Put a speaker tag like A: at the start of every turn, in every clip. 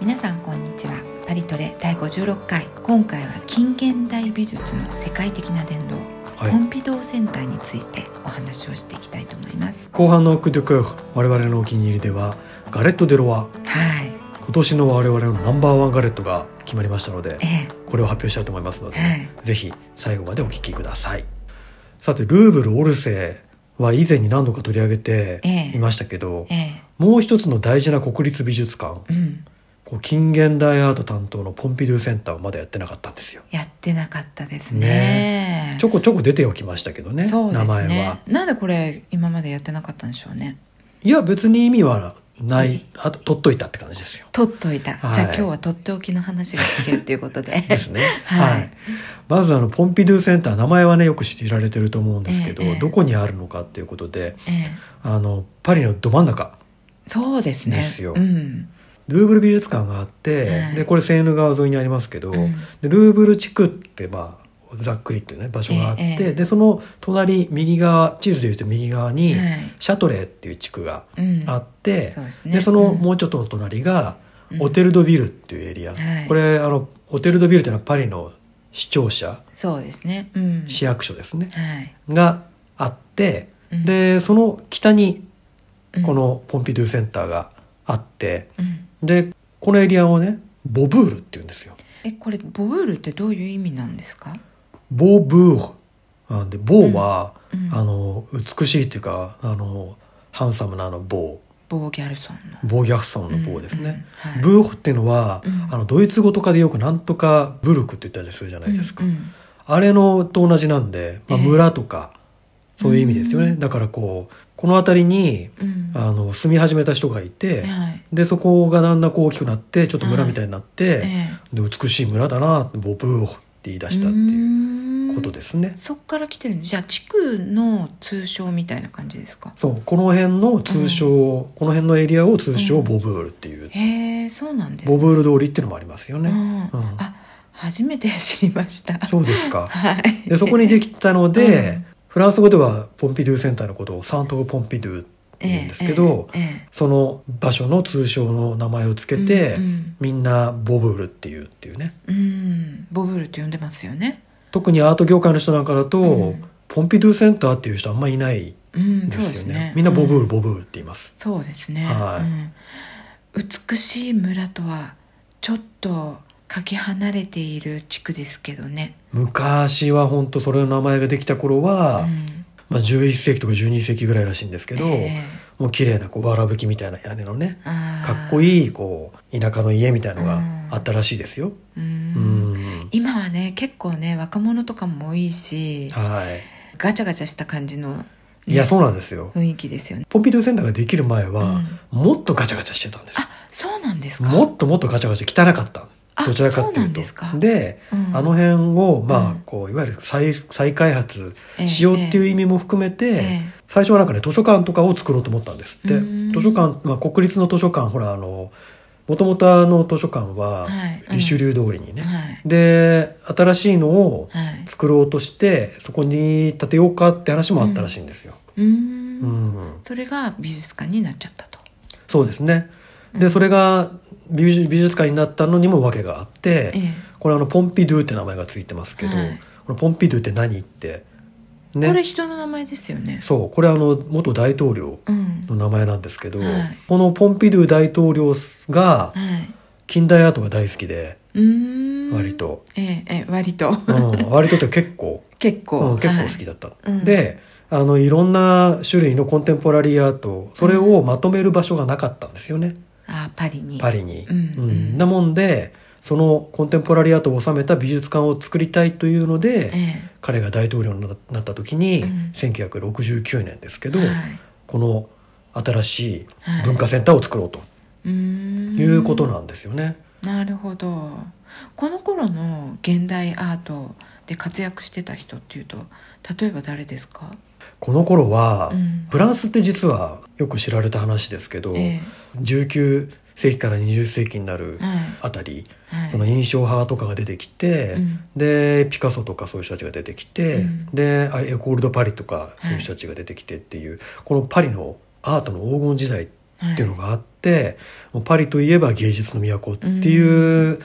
A: 皆さんこんにちはパリトレ第56回今回は近現代美術の世界的な伝道、
B: はい
A: ポンピドーセンターについてお話をしていきたいと思います
B: 後半のクドゥクー我々のお気に入りではガレット・デ・ロワ
A: はい
B: 今年の我々のナンバーワンガレットが決まりましたので
A: え
B: これを発表したいと思いますの
A: え
B: で、
A: はい
B: ぜひ最後までお聞きくださいさてルーブル・オルセーは以前に何度か取り上げていましたけど、
A: ええ
B: もう一つの大事な国立美術館
A: うん
B: こう近現代アート担当のポンピドゥセンターをまだやってなかったんですよ
A: やってなかったですね
B: ちょこちょこ出てはきましたけどね
A: そうです
B: 名
A: ね
B: 前は
A: なんでこれ今までやってなかったんでしょうね
B: いや別に意味はな
A: はい
B: いあと取っといたって感じですよ
A: 取っといた、
B: はい
A: じゃあ今日はとっておきの話が聞けるということで
B: ですね。
A: はい
B: まずあのポンピドゥセンター名前はねよく知られてると思うんですけど、
A: ええ
B: どこにあるのかっていうことで
A: ええ
B: あのパリのど真ん中
A: そうですね
B: ですよ
A: うん
B: ルーブル美術館があって、
A: はい
B: でこれセーヌ川沿いにありますけど、
A: うん
B: でルーブル地区ってまあざっくりとね場所があって、
A: ええええ
B: でその隣右側地図でいうと右側に、
A: はい
B: シャトレーっていう地区が
A: うん
B: あって、
A: そうですね
B: でその
A: うん
B: もうちょっとお隣が、
A: うん
B: オテル・ド・ビルっていうエリア、
A: はい
B: これあのオテル・ド・ビルっていうのはパリの市庁舎
A: そうですねうん
B: 市役所ですね、
A: はい
B: があって、
A: うん
B: でその北に
A: うん
B: このポンピドゥセンターがあって、
A: うん
B: でこのエリアをねボブールって言うんですよ
A: えこれボブールってどういう意味なんですか
B: ボブールなんでボーは、
A: うんうん
B: あの美しいというかあのハンサムなあのボ
A: ボーギャルソンの
B: ーボーギャフソンのボーですね、
A: うんうんはい
B: ブーフっていうのは、
A: うん
B: あのドイツ語とかでよくなんとかブルクって言ったりするじゃないですか、
A: うんうん
B: あれのと同じなんで、まあ、
A: ええ
B: 村とか、そういう意味ですよね、
A: うん
B: だからこうこの辺りに
A: うん
B: あの住み始めた人がいて、
A: はい
B: でそこがだんだんこう大きくなってちょっと村みたいになって、
A: ええ
B: で美しい村だなってボブーって言い出したっていう
A: う
B: こと
A: で
B: ですね。
A: そっから来てるんでじゃあ地区の通称みたいな感じですか
B: そうこの辺の通称、この辺のエリアを通
A: う
B: 称
A: ん
B: ボブールっていう、
A: へえそうなんですね
B: ボブール通りっていうのもありますよね。
A: うん
B: うん
A: あ初めて知りました
B: そうですか
A: はい
B: でそこにできたので、
A: うん
B: フランス語ではポンピドゥセンターのことをサントポンピドゥって言うんですけど、
A: えええ
B: その場所の通称の名前をつけて、
A: うん
B: みんなボブールっていうっていうね。
A: えうんボブールって呼んでますよね
B: 特にアート業界の人なんかだと、
A: うん
B: ポンピドゥセンターっていう人あんまいない
A: うん
B: んで
A: そうですす
B: よね,、
A: ね
B: みんなボブール、
A: うん
B: ボブールって言います
A: そうですね
B: はい
A: うん美しい村とはちょっとかけ離れている地区ですけどね
B: 昔は本当それの名前ができた頃は、
A: うん
B: まあ、11世紀とか12世紀ぐらいらしいんですけど、
A: え
B: もう綺麗なこうわらぶきみたいな屋根のね
A: えあー
B: かっこいいこう田舎の家みたいのがあったらしいですよ。
A: う
B: うんん
A: 今はね結構ね若者とかも多いし
B: は
A: ガチャガチャした感じのね、
B: い、いやそうなんですよ。
A: 雰囲気ですよね
B: ポンピドゥセンターができる前は、もっとガチャガチャしてたんですよ
A: あそうなんですか
B: もっともっとガチャガチャ汚かった
A: あ
B: どちらかっ
A: そ
B: て
A: うないん
B: う
A: ですか
B: とで
A: うん
B: あの辺を、ま
A: う
B: あ
A: ん、
B: こう、いわゆる再再開発しようっていう意味も含めて、
A: ええ
B: 最初はなんかね、図書館とかを作ろうと思ったんですって。
A: うん
B: 図書館、まあ、国立の図書館、ほら、あの、もともとあの図書館は
A: はい、
B: リシュリュー通りにね。
A: はい
B: で、新しいのを
A: はい
B: 作ろうとして、そこに建てようかって話もあったらしいんですよ。
A: うーん
B: うん
A: それが美術館になっちゃったと
B: そうですね。
A: う
B: で、
A: ん
B: それが美術美術館になったのにも訳があって、
A: ええ
B: これあのポンピドゥって名前がついてますけど、
A: はい
B: このポンピドゥって何ってね
A: これ人の名前ですよね
B: そうこれあの元大統領
A: うん
B: の名前なんですけど、
A: はい
B: このポンピドゥ大統領が
A: はい
B: 近代アートが大好きで
A: うーん
B: 割と、
A: ええええ割と
B: うん割とって結構、
A: 結
B: う
A: 構
B: ん、結構好き
A: だ
B: だった、
A: うん
B: であのいろんな種類のコンテンポラリーアートそれをまとめる場所がなかったんですよね、
A: あパリに
B: パリに、
A: うんうん
B: なもんでそのコンテンポラリーアートを収めた美術館を作りたいというので、
A: え
B: 彼が大統領にななった時に、
A: うん
B: 1969年ですけ
A: え
B: ど、
A: はい
B: この新しい
A: はい
B: 文化センターを作ろうと
A: うーん
B: いうことなんですよね。
A: なるほどこの頃の現代アートで活躍してた人っていうと例えば誰ですか、
B: この頃は、
A: うん
B: フランスって実はよく知られた話ですけど、
A: え
B: 19世紀から20世紀になる
A: えはい
B: あたり、
A: はい
B: その印象派とかが出てきて、
A: うん
B: でピカソとかそういう人たちが出てきて、
A: うん
B: であエコール・ド・パリとかそういう人たちが出てきてっていう、このパリのアートの黄金時代っ
A: はい
B: っていうのがあって、もうパリといえば芸術の都っていう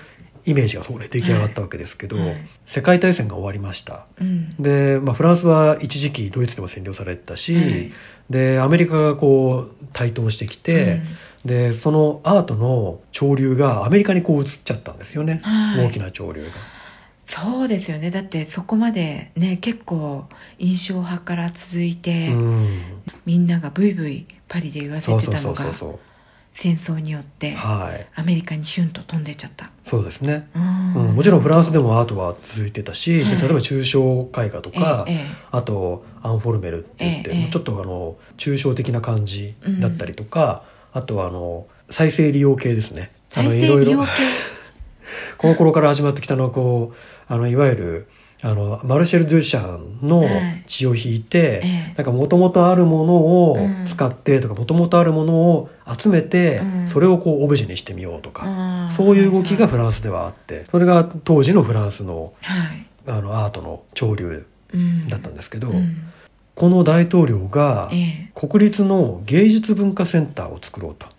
B: イメージがそこで出来上がったわけですけど、
A: はい
B: 世界大戦が終わりました
A: うん
B: で、まあ、フランスは一時期ドイツでも占領されてたし、
A: はい
B: でアメリカがこう台頭してきて、でそのアートの潮流がアメリカにこう移っちゃったんですよね、
A: はい
B: 大きな潮流が。
A: そうですよねだってそこまでね結構印象派から続いて、
B: うん、
A: みんながブイブイパリで言わせ
B: そう
A: て
B: そう
A: た
B: そ
A: の
B: う
A: が
B: そうそう
A: 戦争によって
B: はい
A: アメリカにヒュンと飛んでっちゃった、
B: そうですね、
A: うん
B: うん、もちろんフランスでもアートは続いてたし、
A: はい
B: で例えば抽象絵画とか、
A: えええ
B: あとアンフォルメルって言って、
A: ええええ
B: ちょっとあの抽象的な感じだったりとか、あとはあの再生利用系ですね。
A: え再
B: あの
A: 生
B: い
A: 利
B: ろ
A: 用
B: いろ
A: 系
B: この頃から始まってきたのはこうあのいわゆるあのマルシェル・デュシャンの
A: はい
B: 血を引いて、
A: ええ
B: なんかもともとあるものを
A: うん
B: 使ってとかもともとあるものを集めて、
A: うん
B: それをこうオブジェにしてみようとか、
A: あー
B: そういう動きがフランスではあってそれが当時のフランスの
A: はい、
B: あのアートの潮流
A: うん、
B: だったんですけど、
A: うん
B: この大統領が
A: ええ
B: 国立の芸術文化センターを作ろうと。
A: うん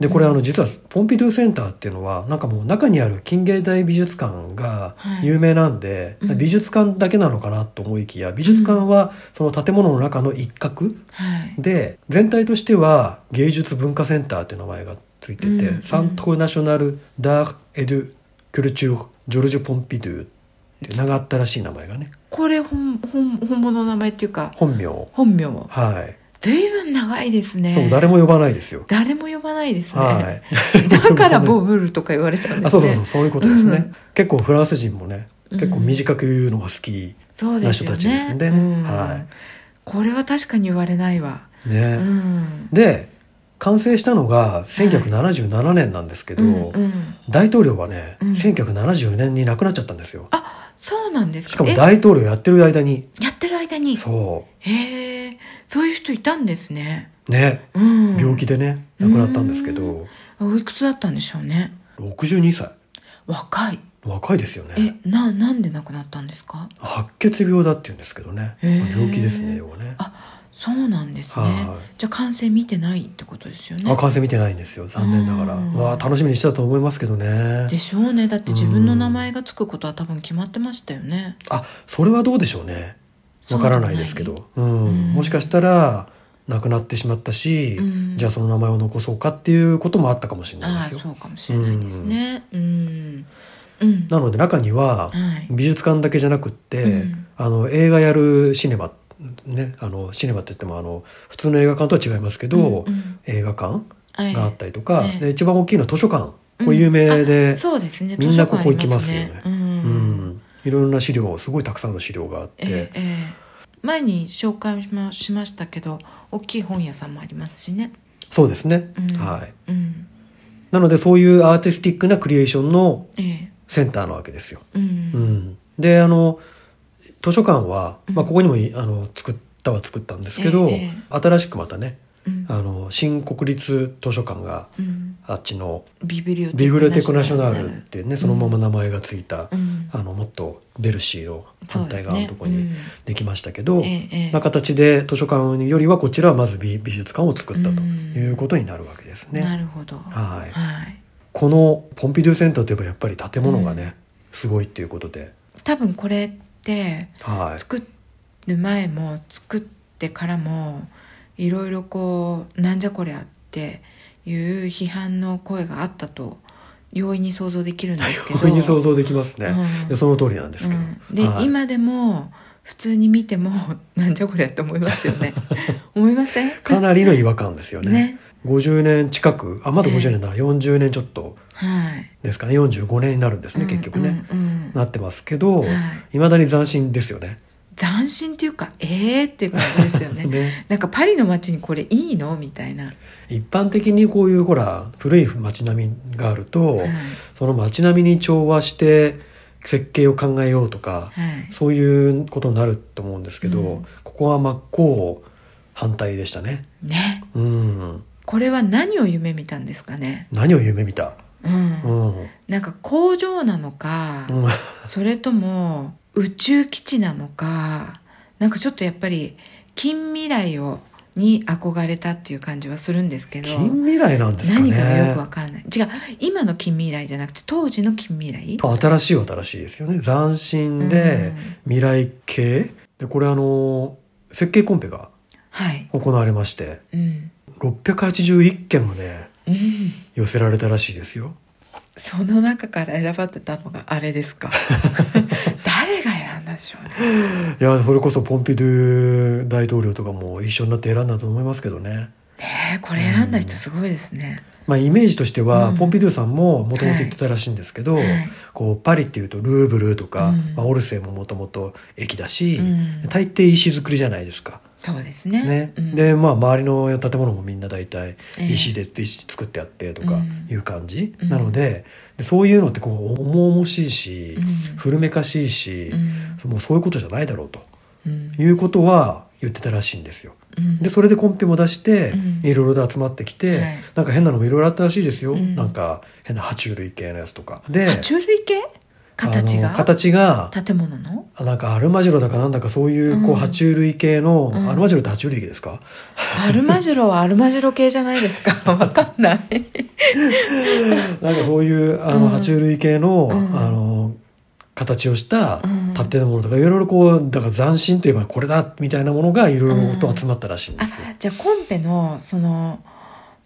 B: でこれあ
A: うん
B: の実はポンピドゥセンターっていうのはなんかもう中にある近現代美術館が
A: はい
B: 有名なんで、
A: うん
B: 美術館だけなのかなと思いきや美術館はその建物の中の一角
A: はい
B: で全体としては芸術文化センターっていう名前がついてて、
A: うん
B: サントナショナル・ダー・エドゥ・クルチュー・ジョルジュ・ポンピドゥっていう長ったらしい名前がね
A: これ本本本物の名前っていうか
B: 本名
A: 本名は
B: はい、
A: 随分長いです
B: で
A: ね
B: も誰も呼ばないですよ、
A: 誰も呼ばないですね、
B: は い
A: だからボブルとか言われちゃうんで
B: あ
A: す
B: そ
A: ね
B: うそうそうそういうことですね、
A: うん
B: 結構フランス人もね
A: うん
B: 結構短く言うのが好き
A: そう
B: な
A: です
B: 人
A: よね
B: たちですんでね
A: うん
B: はい
A: これは確かに言われないわ、
B: ね、
A: うん
B: で完成したのが1977年なんですけど、
A: うんうん
B: 大統領はね、
A: うん
B: 1974年に亡くなっちゃったんですよ
A: あそうなんですか
B: しかも
A: え
B: 大統領やってる間に
A: やってる間に
B: そ
A: へえそういう人いたんですね、
B: うね
A: うん、
B: 病気でね亡くなったんですけど
A: おいくつだったんでしょうね
B: 62歳
A: 若い
B: 若いですよね
A: えななんで亡くなったんですか
B: 白血病だって言うんですけどね、
A: へー
B: まあ病気ですね要はね
A: あそうなんですね
B: はい
A: じゃあ完成見てないってことですよね
B: あ完成見てないんですよ残念ながら
A: うん
B: わあ楽しみにしてたと思いますけどね
A: でしょうねだって自分の名前がつくことは多分決まってましたよね
B: あそれはどうでしょうねわからないですけど、うん
A: うん
B: もしかしたら亡くなってしまったし、
A: うん
B: じゃあその名前を残そうかっていうこともあったかもしれない
A: あ
B: で
A: あ
B: すよ
A: そうかもしれないですねうんうん
B: なので中には
A: はい
B: 美術館だけじゃなくって、
A: うん
B: あの映画やるシネマねあのシネマって言ってもあの普通の映画館とは違いますけど、
A: うんうん
B: 映画館
A: はい
B: があったりとか、
A: ええ
B: で一番大きいのは図書館
A: うん
B: これ有名で
A: あ、そうですね
B: みんなここ行きますよね
A: 図書館ありますね
B: う
A: うん、
B: ん、いろいろな資料すごいたくさんの資料があっ
A: ええ
B: て、
A: ええ前に紹介もしましたけど大きい本屋さんもありますしね、
B: そうですね、
A: うん、
B: はい、
A: うん
B: なのでそういうアーティスティックなクリエーションの
A: ええ
B: センターなわけですよ。
A: う
B: うんん、であの図書館は、
A: うん
B: まあ、ここにもいあの作ったは作ったんですけど、
A: ええ
B: 新しくまたね
A: うん
B: あの新国立図書館が
A: うん
B: あっちの
A: ビブリオ
B: ビブリオテックナショナルってねそのまま名前がついた、
A: うん
B: あのもっとベルシーの反対側のとこ
A: そう
B: に
A: ですね
B: できましたけど、
A: うんええええ
B: な形で図書館よりはこちらはまず美美術館を作ったということになるわけですね。
A: なるほどは、
B: はいい、このポンピドゥセンターといえばやっぱり建物がね、すごいっていうことで、
A: 多分これって
B: はい、
A: 作る前も作ってからもいろいろこうなんじゃこりゃっていう批判の声があったと容易に想像できるんですけど
B: 容易に想像できますね、
A: うん
B: でその通りなんですけど、
A: うんで、
B: はい
A: 今でも普通に見てもなんじゃこりゃって思いますよね 思いません
B: かなりの違和感ですよね
A: ね
B: 50年近くあまだ50年だな、40年ちょっと
A: はい
B: ですかね45年になるんですね、結局ね、
A: うんうんうん
B: なってますけど、
A: はい
B: いまだに斬新ですよね。
A: 斬新っていうかええー、っていう感じですよ ね
B: ね
A: なんかパリの街にこれいいのみたいな、
B: 一般的にこういうほら古い街並みがあると、
A: はい
B: その街並みに調和して設計を考えようとか、
A: はい、
B: そういうことになると思うんですけど、
A: うん
B: ここは真っ向反対でしたね。
A: ね
B: うん。
A: これは何を夢見たんですかね、
B: 何を夢見た。
A: うん
B: うん。うん。
A: なんか工場なのか、それとも宇宙基地なのかなんかちょっとやっぱり近未来をに憧れたっていう感じはするんですけど
B: 近未来なんですかね
A: 何かがよくわからない違う今の近未来じゃなくて当時の近未来
B: 新しいは新しいですよね斬新で未来系、でこれあの設計コンペが
A: はい
B: 行われまして
A: うん、
B: 681件もね
A: うん、
B: 寄せられたらしいですよ
A: その中から選ばれたのがあれです か誰が選んだんでしょうね
B: いやそれこそポンピドゥ大統領とかも一緒になって選んだと思いますけどね
A: ねえこれ選んだ人すごいですね、
B: まあイメージとしては、
A: うん
B: ポンピドゥさんももともと言ってたらしいんですけど、
A: はい
B: こうパリっていうとルーブルとか、
A: うん
B: まあ、オルセイももともと駅だし、
A: うん
B: 大抵石造りじゃないですか。
A: そうですね
B: ね
A: うん
B: でまあ周りの建物もみんな大体
A: ええ
B: 石で石作ってあってとか
A: うん
B: いう感じ、
A: うん
B: なのででそういうのってこう重々しいし、
A: うん
B: 古めかしいし、
A: うん
B: もうそういうことじゃないだろうと
A: うん
B: いうことは言ってたらしいんですよ。
A: うん
B: でそれでコンペも出して
A: うん
B: いろいろと集まってきて、
A: はい
B: なんか変なのもいろいろあったらしいですよ、
A: うん
B: なんか変な爬虫類系のやつとかで
A: 爬虫類系形
B: あ
A: が
B: の形が
A: 建物の
B: なんかアルマジロだかなんだかそういうこう
A: うん
B: 爬虫類系の、
A: うん
B: アルマジロって爬虫類系ですか、
A: アルマジロはアルマジロ系じゃないです かわかんない
B: なんかそういうあ
A: うん
B: の爬虫類系の,、
A: うん
B: あの形をした
A: うん
B: 建物とかいろいろこうだから斬新といえばこれだみたいなものがいろいろと集まったらしいんで
A: あ
B: すよ。
A: じゃあコンペのその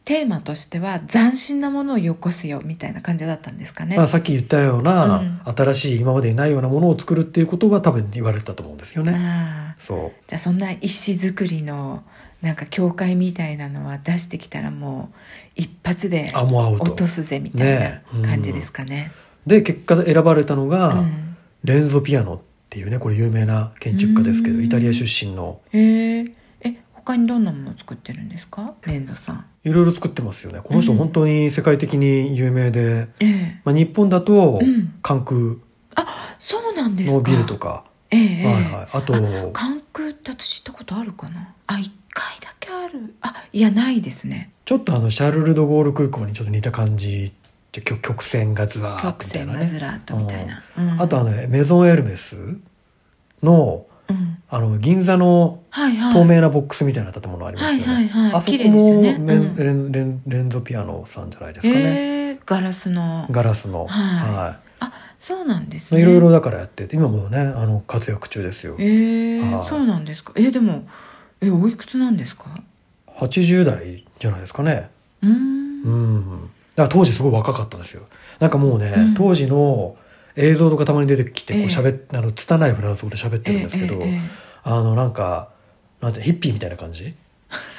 A: テーマとしては斬新なものをよこせよみたいな感じだったんですかね、
B: まあ、さっき言ったような、
A: うん
B: 新しい今までにないようなものを作るっていうことは多分言われてたと思うんですよね。
A: ああ
B: そう
A: じゃあそんな石造りのなんか教会みたいなのは出してきたらもう一発で
B: あもうアウ
A: 落
B: ト
A: とすぜみたい
B: ねえうん
A: な感じですかね。
B: で結果選ばれたのが、
A: うん
B: レンゾピアノっていうねこれ有名な建築家ですけど
A: うん
B: イタリア出身の
A: へええ他にどんなものを作ってるんですかレンゾさん。
B: いろいろ作ってますよねこの人
A: うん
B: 本当に世界的に有名で、
A: ええ、
B: まあ、日本だと
A: うん
B: 関空
A: そうなんですか。
B: のビルとか、
A: ええええ
B: はいはい、あと
A: あ関空って私知ったことあるかなあ一回だけあるあいやないですね
B: ちょっとあのシャルル・ド・ゴール空港にちょっと似た感じちょ曲曲線がずらーっ
A: 曲
B: とみ
A: 線
B: たいな
A: がず
B: ね
A: らっとみたいな、うん
B: あとあのメゾン・エルメスの
A: うん
B: あの銀座の
A: はいはい
B: 透明なボックスみたいな建物ありますよね、
A: はいはいはい
B: あそ
A: 綺
B: こ
A: 麗ですよ
B: も
A: ね
B: レン
A: うん
B: レンレンレンゾピアノさんじゃないですかね、
A: ええガラスの
B: ガラス
A: は
B: の、
A: い
B: は
A: あそうなんです
B: い、
A: ね
B: いろいろだからやってて今もねあの活躍中ですよ
A: ええ
B: はい
A: そうなんですかえでもえおいくつなんですか
B: 80代じゃないですかね
A: うーん
B: うんだから当時すごい若かったんですよなんかもうね、
A: うん
B: 当時の映像とかたまに出てきてこう
A: ええ
B: 喋っ、あの拙いフランス語で喋ってるんですけど、
A: ええええ
B: あのなんかなんてヒッピーみたいな感じ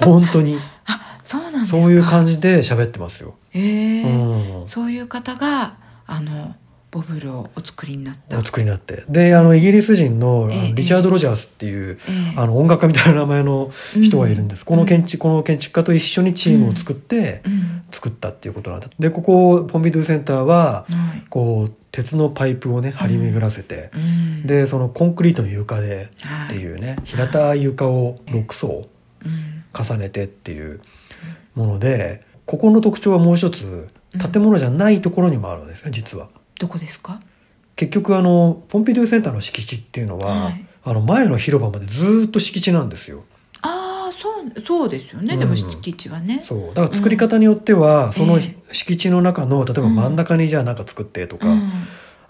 B: 本当に
A: あそうなんですか
B: そういう感じで喋ってますよ、
A: ええ
B: うん、お
A: そういう方があのボブルをお作りになった、え
B: 作りになってであのイギリス人のあ
A: ええ
B: のリチャード・ロジャースっていう、
A: え
B: あの音楽家みたいな名前の人がいるんです、
A: うん
B: この建築この建築家と一緒にチームを作って
A: うん
B: 作ったっていうことなんだでここポンビドゥセンターは
A: はい
B: こう鉄のパイプをね張り巡らせて、
A: うん、
B: でそのコンクリートの床で
A: はい、
B: って
A: う、
B: いうね平たい床を6層
A: ん、
B: 重ねてっていうものでここの特徴はもう一つ建物じゃないところにもあるんですよ実は。
A: どこですか
B: 結局あのポンピドゥセンターの敷地っていうのは、
A: はい
B: あの前の広場までずーっと敷地なんですよ。
A: ああそうそうですよね、で
B: う
A: も
B: ん
A: 敷地はね
B: そうだから作り方によっては、その
A: ええ
B: 敷地の中の例えば真ん中にじゃあなんか作ってとか、
A: うん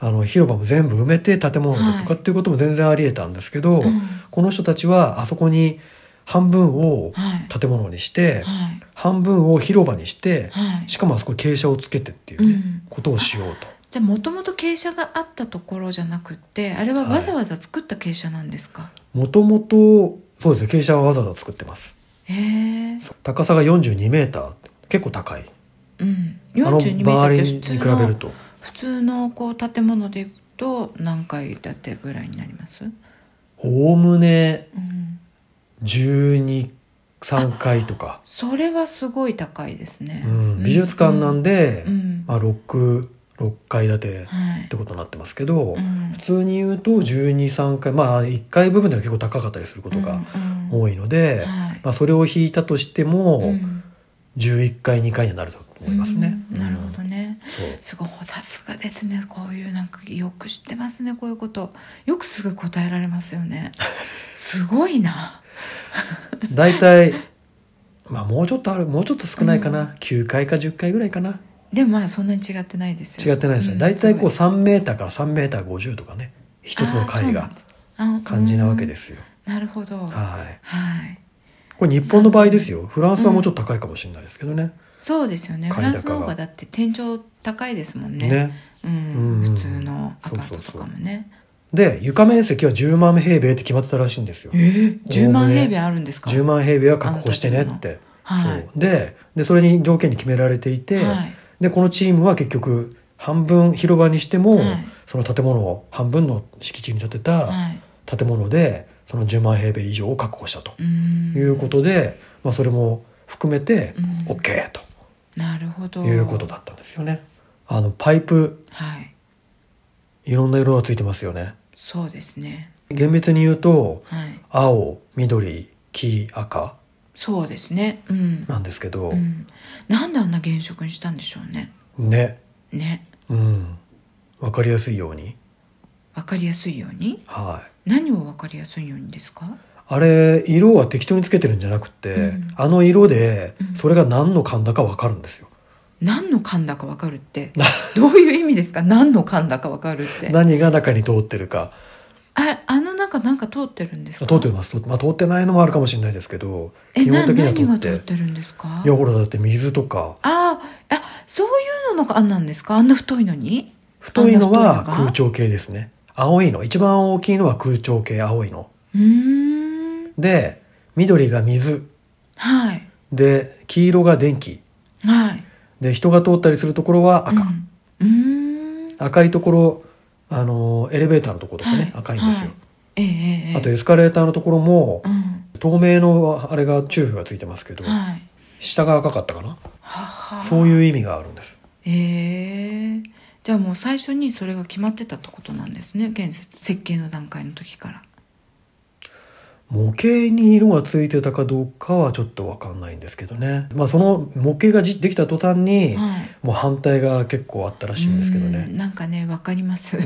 B: あの広場も全部埋めて建物だとかっていうことも全然ありえたんですけど、
A: うん
B: この人たちはあそこに半分を
A: はい
B: 建物にして、
A: はい
B: 半分を広場にして、
A: はい
B: しかもあそこに傾斜をつけてっていうね、
A: うん
B: ことをしようと。
A: じゃあもともと傾斜があったところじゃなくってあれはわざわざ作った傾斜なんですか、
B: もともとそうですね傾斜はわざわざ作ってます。
A: へえ
B: 高さが42メーター結構高い。
A: うん
B: あの
A: 42メーター
B: 周
A: っ
B: り
A: て
B: に
A: 普
B: 比
A: 通
B: べる
A: の
B: と。
A: 普通のこう建物でいくと何階建てぐらいになります、
B: おおむね
A: うん、
B: 12、3階とか。
A: それはすごい高いですね、
B: うん、美術館なん
A: で、
B: で、
A: うん
B: まあ、6, 6階建て
A: はい
B: ってことになってますけど、
A: うん
B: 普通に言うと123階まあ1階部分では結構高かったりすることが
A: うんうん
B: 多いので、
A: はい
B: まあ、それを引いたとしても、
A: うん
B: 11階2階にはなると思いますね。
A: うんなるほど
B: うん
A: ね。
B: そう
A: すごいさすがですね。こういうなんかよ く知ってますね。こういうことよくすぐ答えられますよね。すごいな。
B: 大体まあもうちょっとあるもうちょっと少ないかな、9回か10回ぐらいかな
A: でもまあそんなに違ってないです
B: 違
A: よ
B: ってないですね
A: ん
B: 大体こう
A: そ
B: 3メーターから3メーター50とかね一つの回が感じなわけですすよ、
A: あそうなんですあうんなるほどは
B: はい
A: い
B: これ日本の場合ですよフランスはもうちょっと高いかもしれないですけどね、
A: そうですよねフ
B: 買
A: ラ
B: い高
A: ン
B: が
A: スの方がだって天井高いですもんね
B: ね
A: うん、
B: うん
A: 普通のアパートとかもね
B: で床面積は10万平米って決まってたらしいんですよ
A: えー、10
B: おお
A: 万
B: むね
A: 平米あるんですか
B: 10万平米は確保してねって、
A: はい
B: そうででそれに条件に決められていて、
A: はい
B: でこのチームは結局半分広場にしても、
A: はい
B: その建物を半分の敷地に建てた
A: はい
B: 建物でその10万平米以上を確保したと
A: うーん
B: いうことで、まあ、それも含めて
A: うん
B: OK
A: なるほど
B: ということだったんですよね。あのパイプ
A: はい
B: いろんな色がついてますよね。
A: そうですね
B: 厳密に言うと
A: はい
B: 青緑黄赤
A: そうですねうん、
B: なんですけど、
A: うん、なんであんな原色にしたんでしょうね
B: ね
A: ね
B: うんわかりやすいように
A: わかりやすいように
B: はい。
A: 何をわかりやすいようにですか
B: あれ色は適当につけてるんじゃなくて、
A: うん
B: あの色で
A: うん
B: それが何の缶だかわかるんですよ、
A: 何の缶だかわかるってどういう意味ですか何の缶だかわかるって
B: 何が中に通ってるか
A: ああの中なんか通ってるんですか
B: 通ってます、まあ、通ってないのもあるかもしれないですけど
A: え
B: 基本
A: な
B: 的には
A: 何が
B: 通
A: 通
B: っ
A: っててるんですか
B: いやほらだって水とか
A: あーあそういうのの缶なんですかあんな太いのに
B: 太いのは
A: あんな
B: 空
A: 太い
B: 調系ですね青いの一番大きいのは空調系青いの
A: うーん
B: で緑が水
A: はい
B: で黄色が電気
A: はい
B: で人が通ったりするところは赤、
A: うんうーん
B: 赤いところあのエレベーターのところとかね、赤いんですよ、
A: はええええ
B: あとエスカレーターのところも
A: うん
B: 透明のあれがチューブがついてますけど、
A: はい
B: 下が赤かったかな
A: はは
B: そう
A: う
B: いう意味があるんです
A: ええじゃあもう最初にそれが決まってたってことなんですね建設設計の段階の時から
B: 模型に色がついてたかどうかはちょっと分かんないんですけどね、まあ、その模型がじできた途端に
A: はい
B: もう反対が結構あったらしいんですけど
A: う
B: ね
A: んなんかねわかります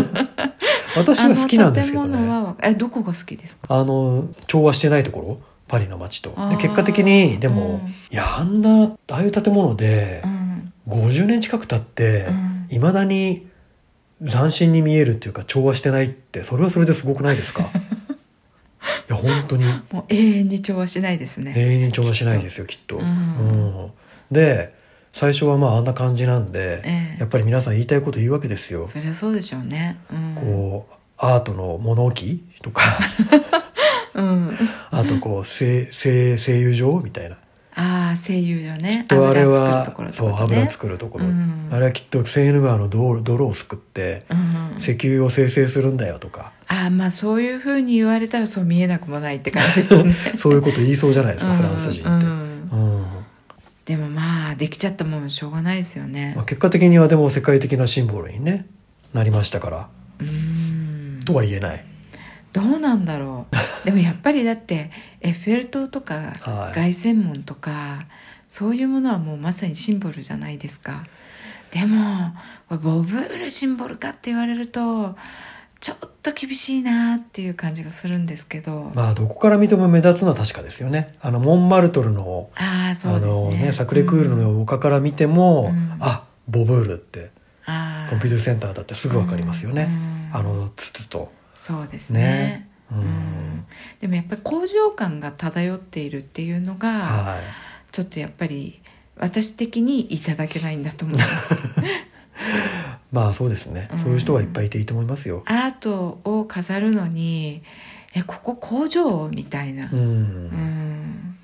B: 私は好きなんですけど
A: あの建物
B: ね
A: はわえどこが好きですか
B: あの調和してないところパリの街と
A: あ
B: で
A: ー
B: 結果的にでも、
A: うん
B: いやあんなああいう建物で
A: うん
B: 50年近く経って、
A: うん
B: いまだに斬新に見えるっていうか調和してないってそれはそれですごくな いですかいや本当に
A: もう永遠に調和しないです
B: 永
A: ね
B: 遠に調和しないですよきっと。
A: うん
B: うんで最初はまああんな感じなんで、
A: ええ
B: やっぱり皆さん言いたいこと言うわけですよ。
A: そりゃそうでしょうねうん
B: こうアートの物置 とか
A: うん
B: あとこう声声声優場みたいな、
A: ああ声優よ
B: き
A: ね
B: っとあれは
A: 油
B: そ
A: 作
B: う
A: るところとかね
B: 油作るところ、
A: うん
B: あれはきっとセーヌ川の泥泥をすくって
A: うん
B: 石油を生成するんだよとか、
A: ああまあそういうふうに言われたらそう見えなくもないって感じですね
B: そういうこと言いそうじゃないですか、
A: うん
B: フランス人って。
A: うん
B: うん
A: でもまあできちゃったもんしょうがないですよね
B: まあ、結果的にはでも世界的なシンボルに、ね、なりましたから、
A: うん
B: とは言えない。
A: どうなんだろ うでもやっぱりだってエッフェル塔とか
B: はい
A: 凱旋門とかそういうものはもうまさにシンボルじゃないですかでもこれボブールシンボルかって言われるとちょっと厳しいなっていう感じがするんですけど、
B: まあどこから見ても目立つのは確かですよね。あのモンマルトルの、
A: ああそ
B: あ
A: うですね
B: のねサクレクールの丘から見ても、
A: うん
B: あボブールって
A: あー
B: コンピューターセンターだってすぐわかりますよね。
A: うん
B: あのつつと。
A: そうですね
B: ねうん
A: うんでもやっぱり工場感が漂っているっていうのが、
B: はい。
A: ちょっとやっぱり私的にいただけないんだと思い ます。
B: まあそうですね
A: う。ん
B: そういう人はいっぱいいていいと思いますよ。
A: アートを飾るのにえここ工場みたいな、
B: うん。
A: うん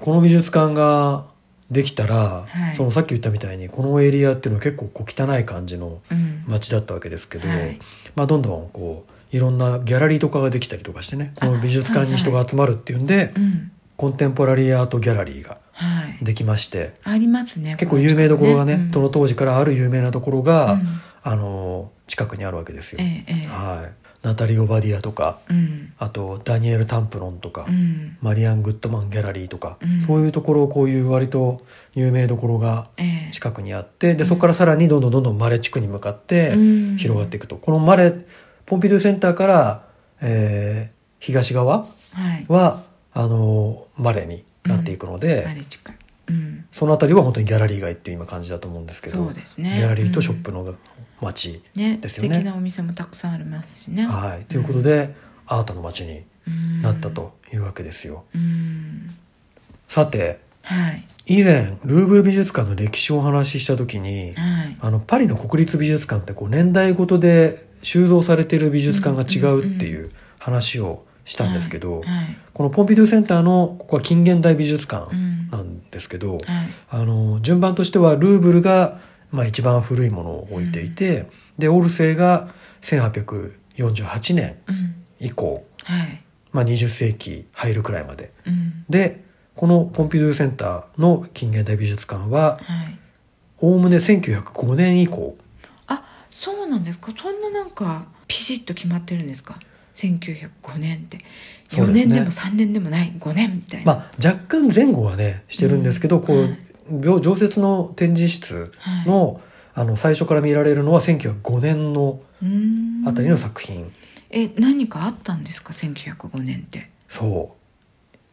B: この美術館ができたら、
A: はい
B: そのさっき言ったみたいにこのエリアっていうのは結構こう汚い感じの
A: うん
B: 街だったわけですけど、
A: はい
B: まあどんどんこういろんなギャラリーとかができたりとかしてねこの美術館に人が集まるっていうんで、
A: うん
B: コンテンポラリーアートギャラリーが
A: はい、
B: できまして
A: ありますね
B: 結構有名どころがね
A: うん
B: その当時からある有名なところが、
A: うん
B: あの近くにあるわけですよ。
A: ええええ
B: はい、ナタリー・オバディアとか
A: うん
B: あとダニエル・タンプロンとか、
A: うん
B: マリアン・グッドマン・ギャラリーとか、
A: うん
B: そういうところをこういう割と有名どころが
A: え
B: 近くにあってでそこからさらにどんどんどんどんマレ地区に向かっ
A: え
B: て広がっていくと、このマレポンピドゥセンターから、えー東側
A: はい
B: はあのマレーになっていくので、
A: マリチ君うん
B: その辺りは本当にギャラリー街っていう今感じだと思うんですけど
A: そうですね
B: ギャラリーとショップの街、
A: うんね
B: です
A: 素
B: よね
A: 敵なお店もたくさんありますしね
B: はい、ということで、アートの街に
A: うん
B: なったというわけですよ。
A: うん
B: さて
A: はい
B: 以前ルーブル美術館の歴史をお話しした時に
A: はい
B: あのパリの国立美術館ってこう年代ごとで収蔵されている美術館が違うっていう話をしたんですけ
A: は
B: ど、
A: い
B: このポンピドゥセンターのここは近現代美術館
A: うん
B: なんですけど、
A: はい
B: あの順番としてはルーブルが、まあ、一番古いものを置いていて、でオルセーが1848年
A: うん
B: 以降、
A: はい
B: まあ、20世紀入るくらいまで
A: うん
B: でこのポンピドゥセンターの近現代美術館は
A: はい
B: おおむね1905年以降
A: あそうなんですかそんななんかピシッと決まってるんですか1905年って
B: そう
A: 4
B: ですね
A: 年でも3年でもない5年みたいな、
B: まあ、若干前後はねしてるんですけど、
A: うん
B: こ
A: は
B: う
A: い
B: 常常設の展示室
A: はい、
B: の,、あの最初から見られるのは1905年の
A: うーん
B: あたりの作品、
A: え何かあったんですか1905年って
B: そ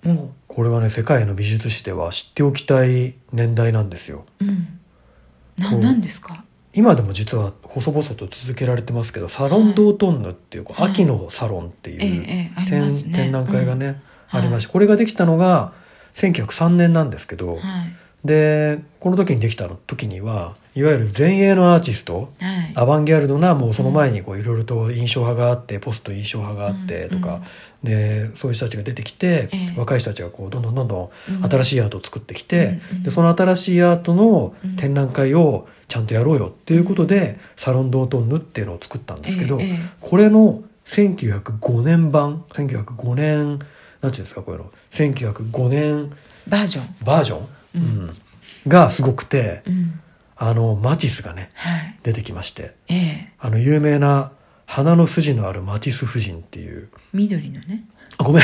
B: う
A: も
B: これはね世界の美術史では知っておきたい年代なんですよ
A: ううんな
B: こう
A: 何ですか
B: 今でも実は細々と続けられてますけどサロン・ドートンヌっていう、こう
A: はい
B: 秋のサロンってい
A: ええ
B: う
A: ええあり
B: 展,、
A: ますね
B: 展覧会がね、
A: うん
B: ありましてこれができたのが1903年なんですけ
A: う
B: ど、
A: んはい
B: でこの時にできた時にはいわゆる前衛のアーティスト
A: はい
B: アバンギャルドなもうその前にこういろいろと印象派があってポスト印象派があってとか、でそういう人たちが出てきて、
A: ええ
B: 若い人たちがこうどんどんどんどん
A: うん
B: 新しいアートを作ってきて、
A: うんうん
B: でその新しいアートの展覧会をちゃんとやろうよっていうことで、サロン・ドートンヌっていうのを作ったんですけど、
A: ええええ
B: これの1905年版1905年なんていうんですかこういうの1905年
A: バージョン
B: バージョン、
A: う
B: うんがすごくて
A: うん
B: あのマティスがね
A: はい
B: 出てきまして
A: ええ
B: あの有名な花の筋のあるマティス夫人っていう
A: 緑のね
B: あごめん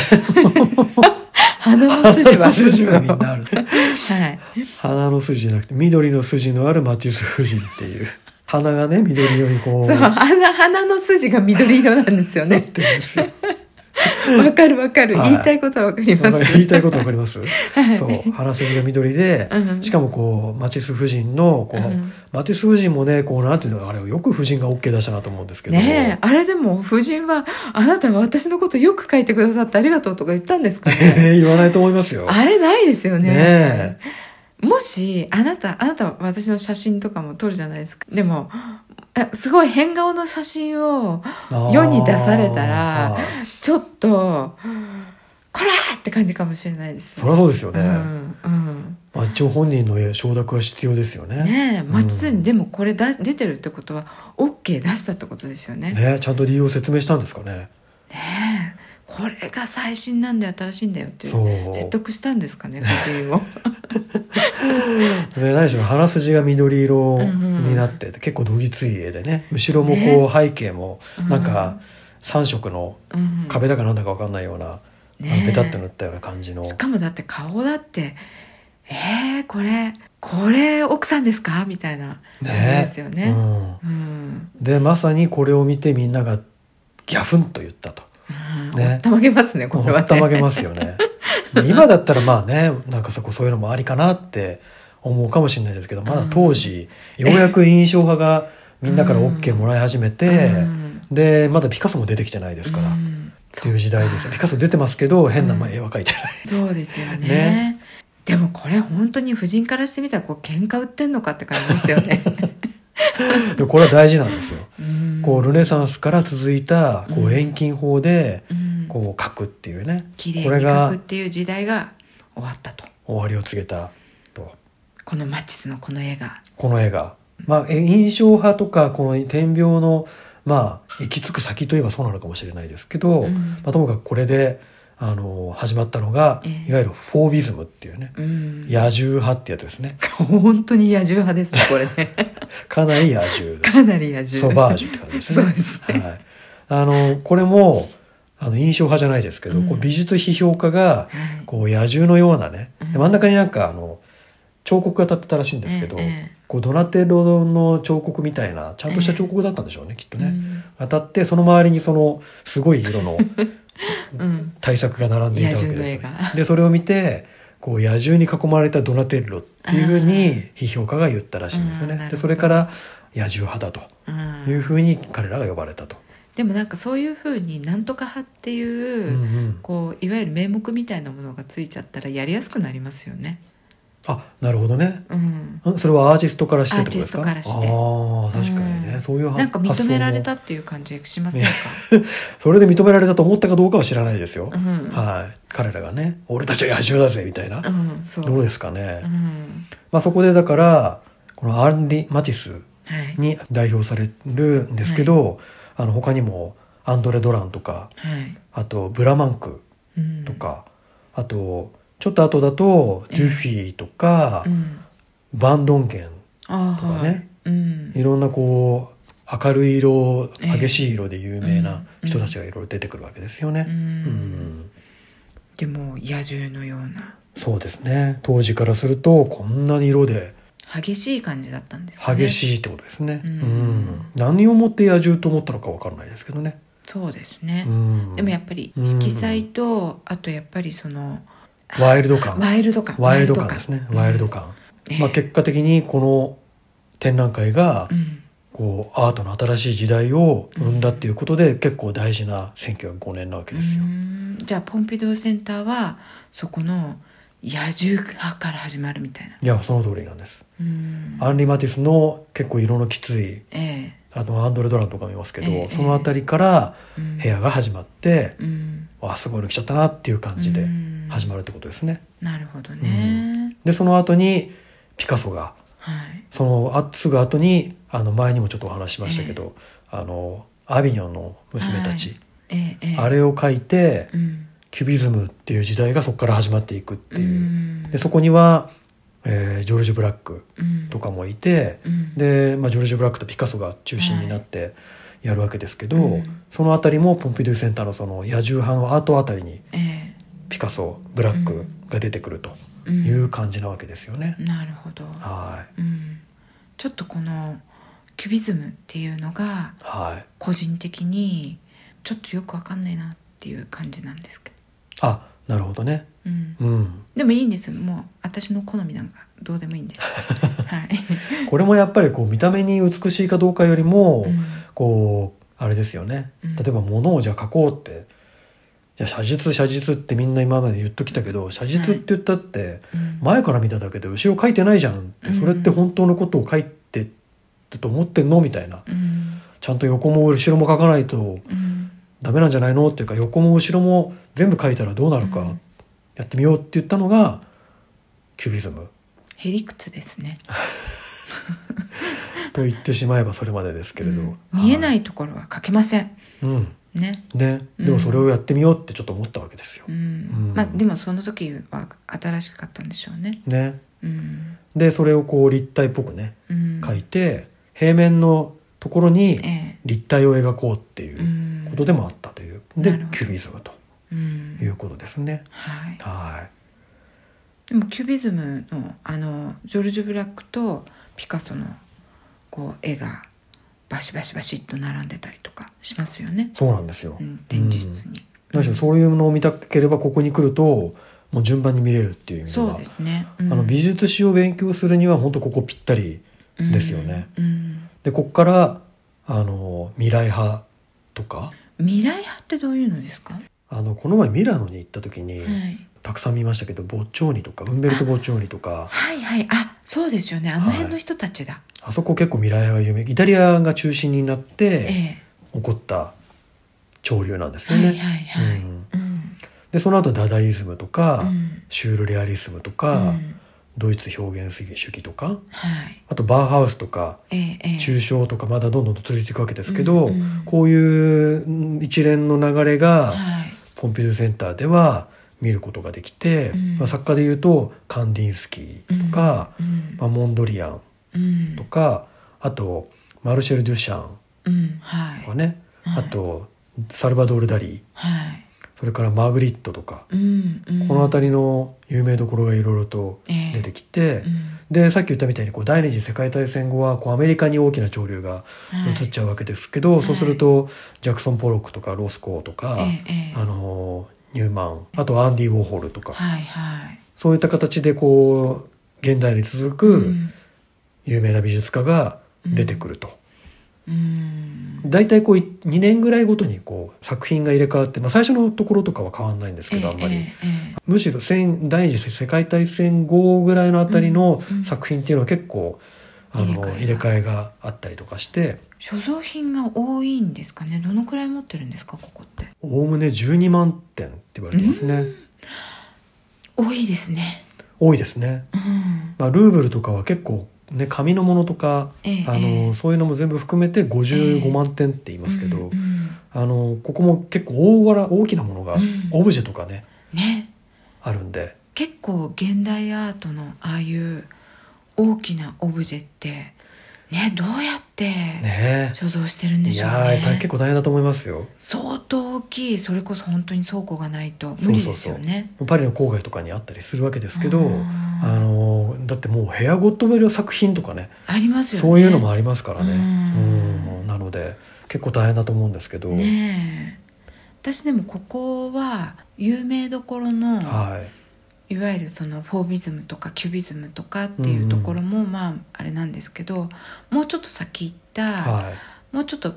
A: 鼻の筋は
B: 筋はみんなある
A: はい
B: 花の筋じゃなくて緑の筋のあるマティス夫人っていう花がね緑色にこう
A: そう
B: なっ
A: 鼻鼻の筋が緑色なんですよね
B: てるんですよ。
A: わかるわかる、
B: はい
A: 言いたいことはわかり
B: な
A: ま
B: んか
A: す
B: 言いたいことわかります、
A: い
B: そう花筋が緑で、
A: うん
B: しかもこうマティス夫人のこう、
A: うん
B: マティス夫人もねこうなんていうのあれよく夫人が OK 出したなと思うんですけど、
A: ねえあれでも夫人は「あなたは私のことよく書いてくださってありがとう」とか言ったんですか ね
B: 言わないと思いますよ。
A: あれないですよね
B: ね
A: もしあなたあなたは私の写真とかも撮るじゃないですかでもあすごい変顔の写真を
B: あー
A: 世に出されたら
B: はい
A: ちょっと「こら!」って感じかもしれないです
B: そりゃそうですよね、
A: うんうん
B: まあ、一応本人の承諾は必要ですよねね
A: ねえ
B: うん
A: 町津にでもこれだ出てるってことは OK 出したってことですよねね
B: ちゃんと理由を説明したんですかね
A: えこれが最新なんで新しいんだよっていう
B: そう
A: 説得したんですかね藤 井を
B: ね、何しろ鼻筋が緑色
A: うんうん
B: になってて、結構どぎつい絵でね後ろもこう、
A: ね
B: 背景も
A: うん
B: なんか3色の
A: うん
B: 壁だかなんだか分かんないような、
A: ね
B: あ
A: え
B: のベタっと塗ったような感じの、
A: しかもだって顔だってえー、これこれ奥さんですかみたいな感じですよね
B: うん
A: うん、
B: でまさにこれを見てみんながギャフンと言ったと
A: うん
B: ね
A: おったまげますねこれ
B: ほ
A: は
B: っ
A: ね
B: たまげますよねで今だったらまあねなんかそこそういうのもありかなって思うかもしれないですけどまだ当時、ようやく印象派がみんなから OK もらい始めて、
A: うん
B: でまだピカソも出てきてないですから、
A: う
B: っ
A: ん
B: ていう時代ですよピカソ出てますけど変なまあ絵は描いてない、
A: そうですよね
B: ね
A: でもこれ本当に婦人からしてみたらこう喧嘩売ってんのかって感じですよ ね
B: でこれは大事なんですよ。
A: うん
B: こうルネサンスから続いたこ
A: う
B: うん遠近法で
A: うん
B: こう描くっていうね、
A: 綺麗に
B: これ
A: 描く
B: が
A: っていう時代が終わったと
B: 終わりを告げたと。
A: このマチスのこの絵が
B: この絵が。まあ、え印象派とか、この天描の、まあ、行き着く先といえばそうなのかもしれないですけど、
A: うん
B: まあ、ともかくこれで、あの、始まったのが、
A: ええ
B: いわゆるフォービズムっていうね、
A: うん
B: 野獣派ってやつですね。
A: 本当に野獣派ですねこれ ね
B: かなり野獣。
A: かなり野獣
B: ソバージュって感じですね。
A: そうですね
B: はい。あの、これも、あの、印象派じゃないですけど、
A: うん
B: こう美術批評家が、
A: はい
B: こう野獣のようなね、
A: うん
B: で真ん中になんかあの彫刻が立ってたらしいんですけど、
A: ええええ
B: こうドナテロの彫刻みたいなちゃんとした彫刻だったんでしょうね、きっと
A: う
B: ね。
A: ん
B: 当たってその周りにそのすごい色の
A: うん
B: 大作が並んでいたわけ
A: 野
B: です、
A: 獣の映画
B: でそれを見てこう野獣に囲まれたドナテッロっていうふうに批評家が言ったらしいんですよ
A: あーな
B: ね
A: るほ
B: で
A: ど
B: それから野獣派だと
A: うん
B: いうふうに彼らが呼ばれたと、
A: でもなんかそういうふうになんとか派っていう、
B: うんうん
A: こういわゆる名目みたいなものがついちゃったらやりやすくなりますよね。
B: あなるほどね
A: うん、
B: んそれはアーティストからしてってことですか
A: アーティストからして
B: ああ確かにね、
A: うん
B: そういうは
A: なんか認められ
B: 発想も
A: たっていう感じしませんか。
B: それで認められたと思ったかどうかは知らないですよ、
A: うん、
B: はい彼らがね俺たちは野獣だぜみたいな、
A: うん、そう。
B: どうですかね、
A: うん、
B: まあ、そこでだからこのアンリ・マティス
A: はい、
B: に代表されるんですけど、あの他にもアンドレ・ドランとか
A: はい、
B: あとブラマンク
A: うん、
B: と、か、あとちょっと後だとデュフィーとか、
A: うん、
B: バンドンゲン
A: ああ、
B: とかね
A: はい、うん、
B: いろんなこう明るい色
A: ええ
B: 激しい色で有名な
A: うん
B: 人たちがいろいろ出てくるわけですよ
A: う、
B: ね。うんん
A: でも野獣のような
B: そうですね当時からするとこんなに色で
A: 激しい感じだったんですかね。
B: 激
A: い。
B: しいってことですね。
A: うん
B: うん何をもって野獣と思ったのかわからないですけどね。
A: そうですね。
B: うん
A: でもやっぱり色彩と、あとやっぱりその
B: ワイルド感
A: ワイルド感
B: ワイルド感ですねワイルド、感、
A: うん
B: まあ、結果的にこの展覧会が
A: うん
B: こうアートの新しい時代を生んだっていうことで結構大事な1905年なわけですよ
A: う。んじゃあポンピドゥセンターはそこの野獣派から始まるみたいな。
B: いやその通りなんです。
A: うん
B: アンリ・マティスの結構色のきつい
A: え
B: あのアンドレ・ドランとかもいますけど、
A: ええ
B: その辺りから
A: えうん、
B: 部屋が始まって、
A: うん
B: わあすごいの来ちゃったなっていう感じで
A: うん
B: 始まるってことですね。
A: なるほどね、
B: でその後にピカソが
A: はい
B: そのあすぐ後にあの前にもちょっとお話ししましたけど、あのアビニョンの娘たち、
A: ええええ
B: あれを書いて、
A: うん
B: キュビズムっていう時代がそこから始まっていくっていうう、
A: ん
B: でそこには、えージョルジュ・ブラック
A: うん
B: とかもいて、
A: うん
B: で、まあ、ジョルジュ・ブラックとピカソが中心になってやるわけですけど、
A: うん
B: その辺りもポンピドゥセンターのその野獣派のアートあたりに
A: え
B: ピカソブラックが出てくると
A: えうん
B: いう感じなわけですよね。
A: なるほど、
B: はい
A: うん、ちょっとこのキュビズムっていうのが
B: はい
A: 個人的にちょっとよくわかんないなっていう感じなんですけ
B: あなるほどね。
A: ど、うん、
B: うん、
A: でもいいんですもう私の好みなんかどうでもいいんです はい、
B: これもやっぱりこう見た目に美しいかどうかよりも、
A: うん
B: こうあれですよね、
A: うん
B: 例えば物をじゃあ描こうってじゃあ写実写実ってみんな今まで言っときたけど写実って言ったって、
A: うん
B: 前から見ただけで後ろ描いてないじゃんって、
A: うん
B: それって本当のことを描いてってと思ってんのみたいな
A: うん
B: ちゃんと横も後ろも描かないと
A: うん
B: ダメなんじゃないのっていうか横も後ろも全部描いたらどうなるか、
A: うん
B: やってみようって言ったのがキュビズム
A: へりくつですね
B: と言ってしまえばそれまでですけれど、
A: うん見えな
B: はい、
A: いところは描けません
B: うん
A: ね、
B: ね、でもそれをやってみようってちょっと思ったわけですよ
A: う。ん
B: うん
A: まあでもその時は新しかったんでしょうね
B: ね、
A: うん、
B: でそれをこう立体っぽくね
A: うん、
B: 書いて平面のところに
A: え
B: 立体を描こうって
A: え
B: いううんことでもあったという、
A: うん
B: で
A: なるほど
B: キュビズムと
A: うん
B: いうことですね。
A: はい、
B: は
A: でもキュビズムのあのジョルジュ・ブラックとピカソのこう絵がバシバシバシっと並んでたりとかしますよね
B: い、、そうなんですよ。
A: うん、展示室に、
B: 何しろそういうのを見たければここに来るともう順番に見れるっていう意味で
A: そう
B: は
A: で、すね、
B: あの美術史を勉強するには本当ここぴったり
A: 術
B: ですよね、
A: うんうん
B: でここからあの未来派とか
A: 未来派ってどういうのですか、
B: あのこの前ミラノに行った時に、
A: はい、
B: たくさん見ましたけどボッチョーニとかウンベルト・ボッチョーニとか
A: はいはいあそうですよねあの辺の人たちだ、
B: あそこ結構未来派が有名イタリアが中心になって
A: え
B: 起こった潮流なんです
A: え
B: よね。
A: はいはいはい
B: うん
A: うん
B: でその後ダダイズムとか、
A: うん
B: シュールレアリスムと
A: う
B: か、
A: ん
B: ドイツ表現主義とか
A: はい
B: あとバーハウスとか
A: ええええ
B: 抽象とかまだどんどんと続いていくわけですけど、
A: うんうん
B: こういううん一連の流れが、
A: はい
B: ポンピドゥセンターでは見ることができて、
A: うん
B: まあ、作家でいうとカンディンスキーとか、
A: うん
B: まあ、モンドリアン
A: うん
B: とかあとマルシェル・デュシャン
A: うんはい
B: とかね、
A: はい
B: あとサルバドール・ダリ
A: はい
B: それからマグリットとか、
A: うんうん、
B: この辺りの有名どころがいろいろと
A: り
B: 出てきて、
A: うん
B: でさっき言ったみたいにこう第二次世界大戦後はこうアメリカに大きな潮流が
A: はい
B: 移っちゃうわけですけど、
A: はい
B: そうするとジャクソン・ポロックとかロスコーとか、
A: ええええ
B: あのニューマンあとアンディ・ウォーホルとか、
A: はいはい、
B: そういった形でこう現代に続
A: う
B: く
A: ん
B: 有名な美術家が出てくると。
A: うん
B: 大体こう2年ぐらいごとにこう作品が入れ替わって、まあ、最初のところとかは変わんないんですけど、あんまり、
A: えええ
B: むしろ戦第二次世界大戦後ぐらいのあたりの
A: うんうん
B: 作品っていうのは結構、あの
A: 入
B: 入
A: れ
B: れ
A: 替
B: 替えがあったりとかして
A: え所蔵品が多いんですかねどのくらい持ってるんですかここって
B: おおむね12万点って言われてますね、
A: 多いですね
B: 多いですね、
A: うん
B: まあ、ルーブルとかは結構ね紙のものとか、
A: ええ
B: あ
A: え
B: の
A: え
B: そういうのも全部含めて
A: ええ
B: 55万点って言いますけど、
A: うんうん
B: あのここも結構大柄大きなものが、
A: うん
B: オブジェとかね
A: ね
B: あるんで
A: 結構現代アートのああいう大きなオブジェってねどうやって
B: ね
A: 所蔵してるんで
B: い
A: しょう
B: や
A: ね
B: ー結構大変だと思いますよ
A: 相当大きいそれこそ本当に倉庫がないと
B: そ
A: 無
B: う
A: 理
B: そ
A: で
B: う
A: す
B: そう
A: よね
B: パリの郊外とかにあったりするわけですけど、
A: うん
B: あのだってもう部屋ごとめる作品とかね
A: ありますよね
B: そういうのもありますからね、
A: うん
B: うんなので結構大変だと思うんですけど、
A: ねえ私でもここは有名どころの
B: はい
A: いわゆるそのフォービズムとかキュビズムとかっていうところもまああれなんですけどもうちょっと先行った
B: はい
A: もうちょっと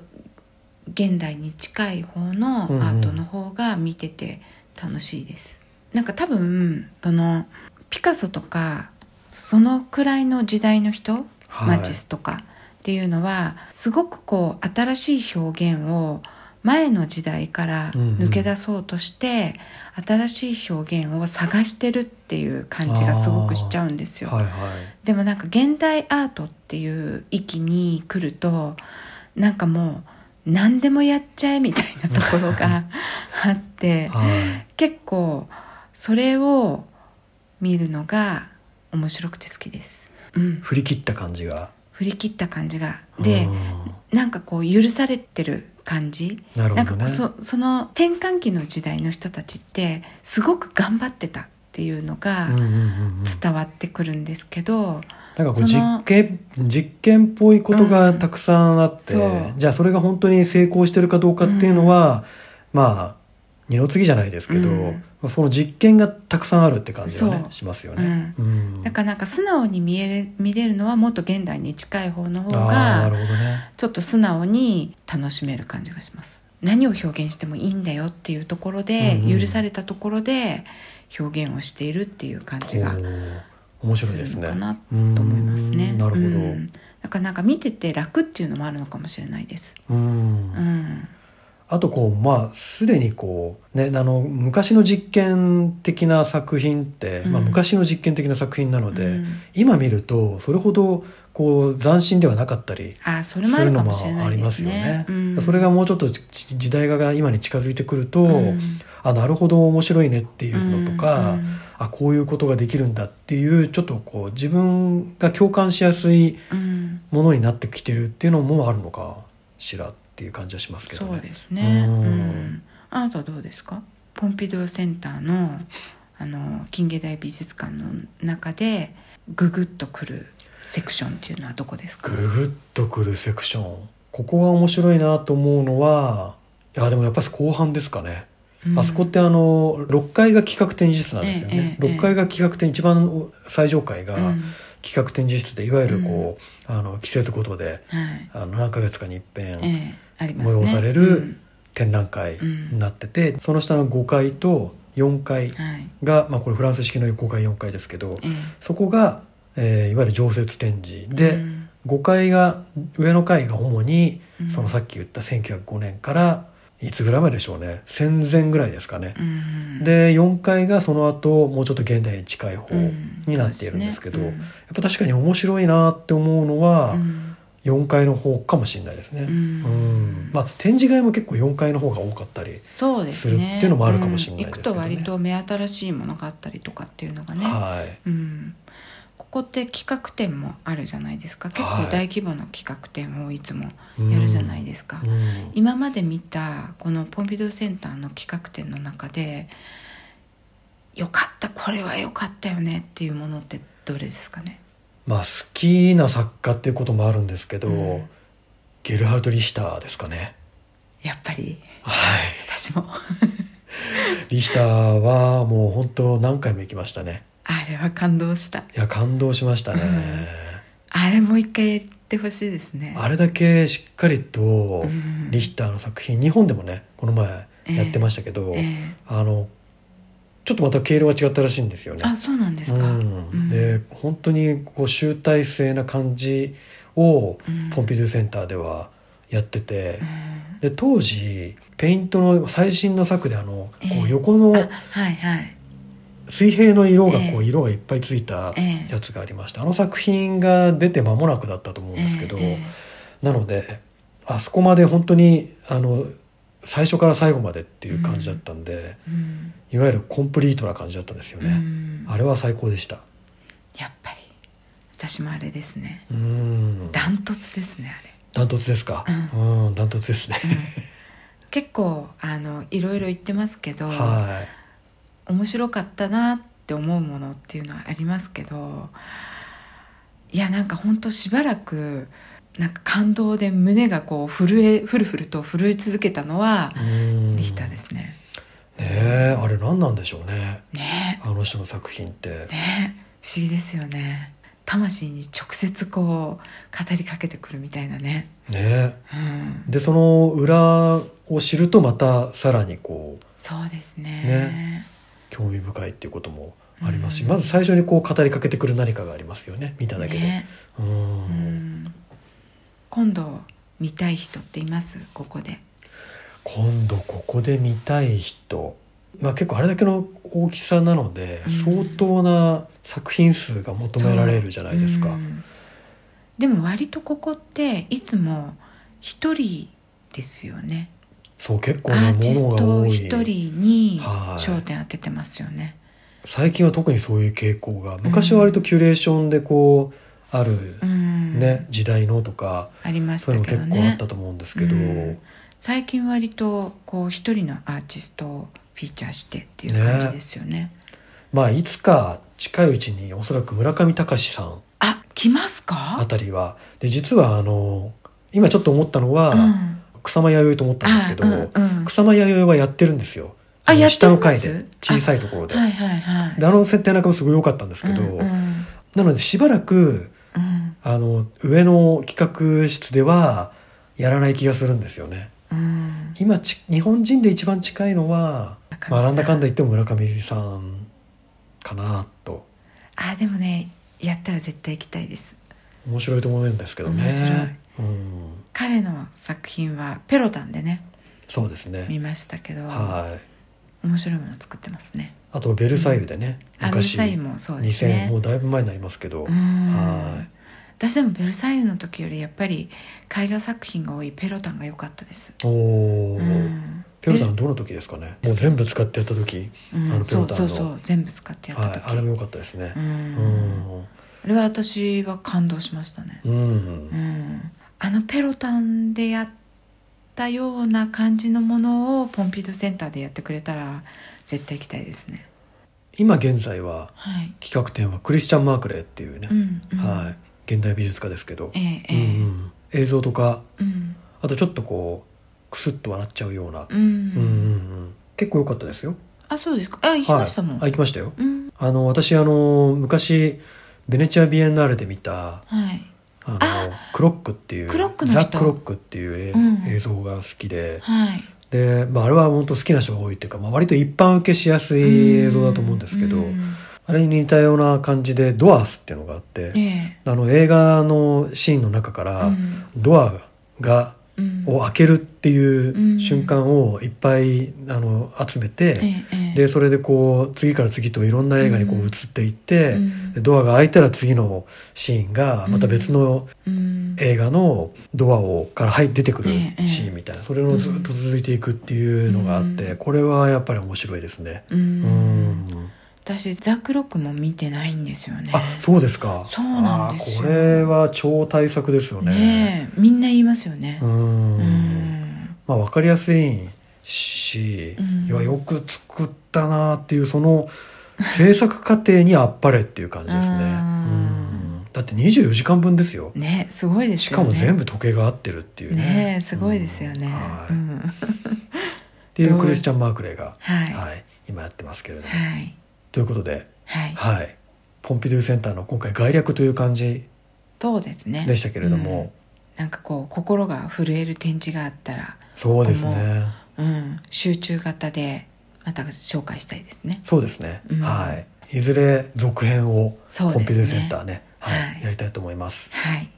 A: 現代に近い方のア
B: うんうん
A: ートの方が見てて楽しいです。なんか多分そのピカソとかそのくらいの時代の人
B: はい
A: マチスとかっていうのはすごくこう新しい表現を前の時代から抜け出そうとして、新しい表現を探してるっていう感じがすごくしちゃうんですよ。
B: はいはい
A: でもなんか現代アートっていう域に来るとなんかもう何でもやっちゃえみたいなところがあって
B: はい
A: 結構それを見るのが面白くて好きです。うん
B: 振り切った感じが
A: 振り切った感じがで、
B: うん
A: なんかこう許されてる感じ
B: なるほどね
A: んかこうそその転換期の時代の人たちってすごく頑張ってたっていうのが
B: うんうんうんうん
A: 伝わってくるんですけど、
B: なんかこう
A: その
B: 実験実験っぽいことがたくさんあって、
A: うんそう
B: じゃあそれが本当に成功してるかどうかっていうのは、まあ二の次じゃないですけど、
A: うん
B: まあその実験がたくさんあるって感じがね
A: そう
B: しますよね。うん
A: だからなんか素直に見える見れるのはもっと現代に近い方の方
B: あーな
A: が
B: るほどね。
A: ちょっと素直に楽しめる感じがします。何を表現してもいいんだよっていうところで、
B: うんうん
A: 許されたところで表現をしているっていう感じが
B: おー面白いですね。
A: するのかなと思いますね。
B: うんなるほ
A: う
B: ど。
A: んだからなんか見てて楽っていうのもあるのかもしれないです。
B: うん
A: うん。
B: あとこうまあすでにこうねあの昔の実験的な作品って、
A: うん
B: まあ昔の実験的な作品なので、
A: うん
B: 今見るとそれほどこう斬新ではなかったり
A: あ、そ
B: す
A: れもあ
B: る
A: る
B: の
A: かも
B: も
A: しれな
B: あ
A: い
B: り
A: で
B: ますすよ
A: ね
B: ね。。
A: うん
B: それがもうちょっとち時代が今に近づいてくると、
A: うん
B: あなるほど面白いねっていうのとか、
A: うん
B: あこういうことができるんだっていうちょっとこう自分が共感しやすい
A: うん、
B: ものになってきてるっていうのもあるのかしらっていう感じはしますけど
A: そう
B: ね。
A: ですね。う
B: うん
A: ん。あなたはどうですか？ポンピドゥセンターのあの近現代美術館の中でググッとくるセクションっていうのはどこですか
B: ぐ？ぐっとくるセクションここが面白いなと思うのはいやでもやっぱり後半ですか
A: う
B: ね。
A: ん
B: あそこってあの6階が企画展示室なんですよね、
A: ええええ
B: 6階が企画展一番最上階が
A: うん
B: 企画展示室でいわゆるこう、あの季節ごとで
A: はい。
B: あの何ヶ月かに一遍
A: ええありますね。
B: 催される展覧会になってて、その下の5階と4階
A: うんはい。
B: が、まあ、これフランス式の5階4階ですけど
A: ええ
B: そこが、えーいわゆる常設展示で、
A: うん
B: 5階が上の階が主に、
A: うん
B: そのさっき言った1905年からいつぐらいまででしょうね戦前ぐらいですかね。
A: うん
B: で4階がその後もうちょっと現代に近い方
A: う
B: に
A: ん
B: なっているんですけど、
A: そう
B: やっぱ確かに面白いなって思うのは
A: うん
B: 4階の方かもしれないですね。
A: うん
B: うんまあ展示会も結構4階の方が多かったり、
A: そうです
B: するっ
A: ね
B: ていうのもあるかもしれない
A: うん
B: で
A: 行
B: すけ
A: くと
B: どね
A: 割と目新しいものがあったりとかっていうのがね、
B: はい
A: うん、ここって企画展もあるじゃないですか結
B: は
A: 構
B: い
A: 大規模な企画展をいつもやるじゃないですか、
B: うん
A: 今まで見たこのポンピドゥセンターの企画展の中でよかったこれはよかったよねっていうものってどれですかね
B: まあ好きな作家っていうこともあるんですけど、
A: うん
B: ゲルハルト・リヒターですかね
A: やっぱり
B: はい
A: 私も
B: リヒターはもう本当何回も行きましたね
A: あれは感動した
B: いや感動しましたね、
A: あれもう一回やってほしいですね
B: あれだけしっかりと
A: うん
B: リヒターの作品日本でもねこの前やってましたけど、
A: ええ
B: あのちょっとまた経路が違ったらしいんですよね
A: あそうなんですか、
B: うん
A: うん
B: で本当にこう集大成な感じを
A: うん
B: ポンピドゥセンターではやってて
A: う、ん
B: で当時ペイントの最新の作であの
A: ええ
B: こう横の
A: あはいはい
B: 水平の色が
A: え
B: こう色がいっぱいついた
A: ええ
B: やつがありましてあの作品が出て間もなくだったと思うんですけど、
A: えええ
B: なのであそこまで本当にあの最初から最後までっていう感じだったんで、
A: えうん
B: いわゆるコンプリートな感じだったんですよ
A: う
B: ね、
A: ん
B: あれは最高でした
A: やっぱり私もあれですね
B: うん
A: ダントツですねあれ
B: ダントツですかうん、ダントツですね、
A: 結構あのいろいろ言ってますけど、
B: は
A: 面白かったなって思うものっていうのはありますけどいやなんかほんとしばらくなんか感動で胸がこう震えふるふると震え続けたのはい
B: うん
A: リヒターですすね。
B: ねえあれ何なんでしょうね
A: ね
B: あの人の作品って
A: えねえ不思議ですよね。魂に直接こう語りかけてくるみたいなね。
B: ね
A: うん、
B: でその裏を知るとまたさらにこう
A: そうです
B: ね
A: ね。
B: 興味深いっていうこともありますし、
A: うん
B: まず最初にこう語りかけてくる何かがありますよね見ただけで、
A: ね
B: う
A: うんん、今度見たい人っていますここで。
B: 今度ここで見たい人、まあ、結構あれだけの大きさなので、
A: うん
B: 相当な作品数が求められるじゃないですか
A: う。んでも割とここっていつも一人ですよね
B: そう結構
A: ア
B: なも
A: ーティス
B: の
A: ト
B: が多
A: 一
B: い
A: 人に
B: はい
A: 焦点当ててますよね、
B: 最近は特にそういう傾向が昔は割とキュレーションでこうある、
A: うん
B: ね時代のとか
A: ありまし
B: そう
A: た
B: いう
A: けど
B: の結構あっ
A: ね
B: たと思うんですけど、
A: うん最近割とこう一人のアーティストをフィーチャーしてっていう感じですよね
B: まあいつか近いうちにおそらく村上隆さん
A: あ来ます
B: あ
A: か
B: たりはで実はあの今ちょっと思ったのは、
A: うん
B: 草間弥生と思ったんですけど、
A: あうんうん
B: 草間弥生はやってるんですよ
A: あ
B: あの
A: やって
B: 下
A: ます
B: の階で小さいところで,、
A: はいはいはい
B: であの設定なんかもすごい良かったんですけど、
A: うんうん
B: なのでしばらく
A: うん
B: あの上の企画室ではやらない気がするんですよね
A: うん
B: 今ち日本人で一番近いのは
A: 村上さん
B: まあ、なんだかんだ言っても村上さんかなと
A: あでもねやったら絶対行きたいです
B: 面白いと思うんですけどね
A: 面白い
B: うん、
A: 彼の作品はペロタンでね
B: そうです
A: 見
B: ね
A: ましたけど
B: はい
A: 面白いもの作ってますね
B: あと「ベルサイユ」でね、
A: あベル
B: 昔
A: サイユもそうです
B: 2000
A: ね
B: もうだいぶ前になりますけど、
A: うん
B: は
A: 私でもベルサイユの時よりやっぱり絵画作品が多いペロタンが良かったです
B: いおお、
A: うん
B: ピョルタン
A: ベ
B: どの時ですかねもう全部使ってやった時、
A: ルうん
B: あのペロタンの
A: そうそうそう全部使ってやっ
B: は
A: た
B: い
A: 時、、
B: あれも良かったですね
A: う
B: うんん
A: あれは私は感動しましたね
B: うん、
A: うんあのペロタンでやったような感じのものをポンピドゥセンターでやってくれたら絶対行きたいですね
B: 今現在は
A: はい、
B: 企画展はクリスチャン・マークレーっていうね、
A: うんうん、
B: はい、現代美術家ですけど、
A: えええ
B: う
A: え
B: んうん、映像とか
A: うん
B: あとちょっとこうクスッと笑っちゃうような、
A: う
B: うんうん
A: ん
B: うん、結構良かったですよ
A: あそうですかあ行きましたもん、
B: はい、あ行きましたよ
A: うん
B: あの私あの昔ベネチア・ビエンナーレで見た
A: はい
B: あの
A: あ
B: クロックっていう
A: クロックの人
B: ザ・クロックっていう映,、
A: うん
B: 映像が好きで
A: はい
B: で、まあ、あれは本当好きな人が多いっていうか、まあ、割と一般受けしやすい映像だと思うんですけど、
A: うん
B: あれに似たような感じでドアースっていうのがあって、
A: ええ
B: あの映画のシーンの中から、
A: うん
B: ドアが
A: うん
B: を開けるっていううん瞬間をいっぱいあの集め
A: え
B: て、
A: えええ
B: でそれでこう次から次といろんな映画にこ
A: う
B: うん映っていって、
A: うん
B: でドアが開いたら次のシーンがまた別の
A: うん
B: 映画のドアをから入出てくるシーンみたいなそれをずっと続いていくっていうのがあって、
A: うん
B: これはやっぱり面白いですね。
A: うん
B: うん
A: 私私ザクロックも見てないんですよね
B: あそうですか
A: そうなんですよ
B: あーこれは超大作ですよね
A: ねえみんな言いますよね
B: うーん
A: うん
B: まあ分かりやすいし、
A: うん
B: いやよく作ったなっていうその制作過程にあっぱれっていう感 じですね
A: あー
B: うんだって24時間分ですよ
A: ねすごいですよね
B: しかも全
A: 部
B: 部時計が合ってるっていうね
A: ねえすごいですよね、
B: うんは
A: う
B: い
A: ん
B: っていうクリスチャン・マークレーが、
A: はいは
B: はい、今やってますけれども。
A: い
B: ということで、
A: はい
B: はい、ポンピドゥセンターの今回概略という感じ
A: そうですね
B: でしたけれども、
A: なんかこう心が震える展示があったら、
B: そうですね
A: ここうん、集中型でまた紹介したいですね。
B: そうですね、
A: うん
B: はいいずれ続編を
A: そうですね
B: ポンピドゥセンターねはい
A: はい
B: やりたいと思います
A: はい、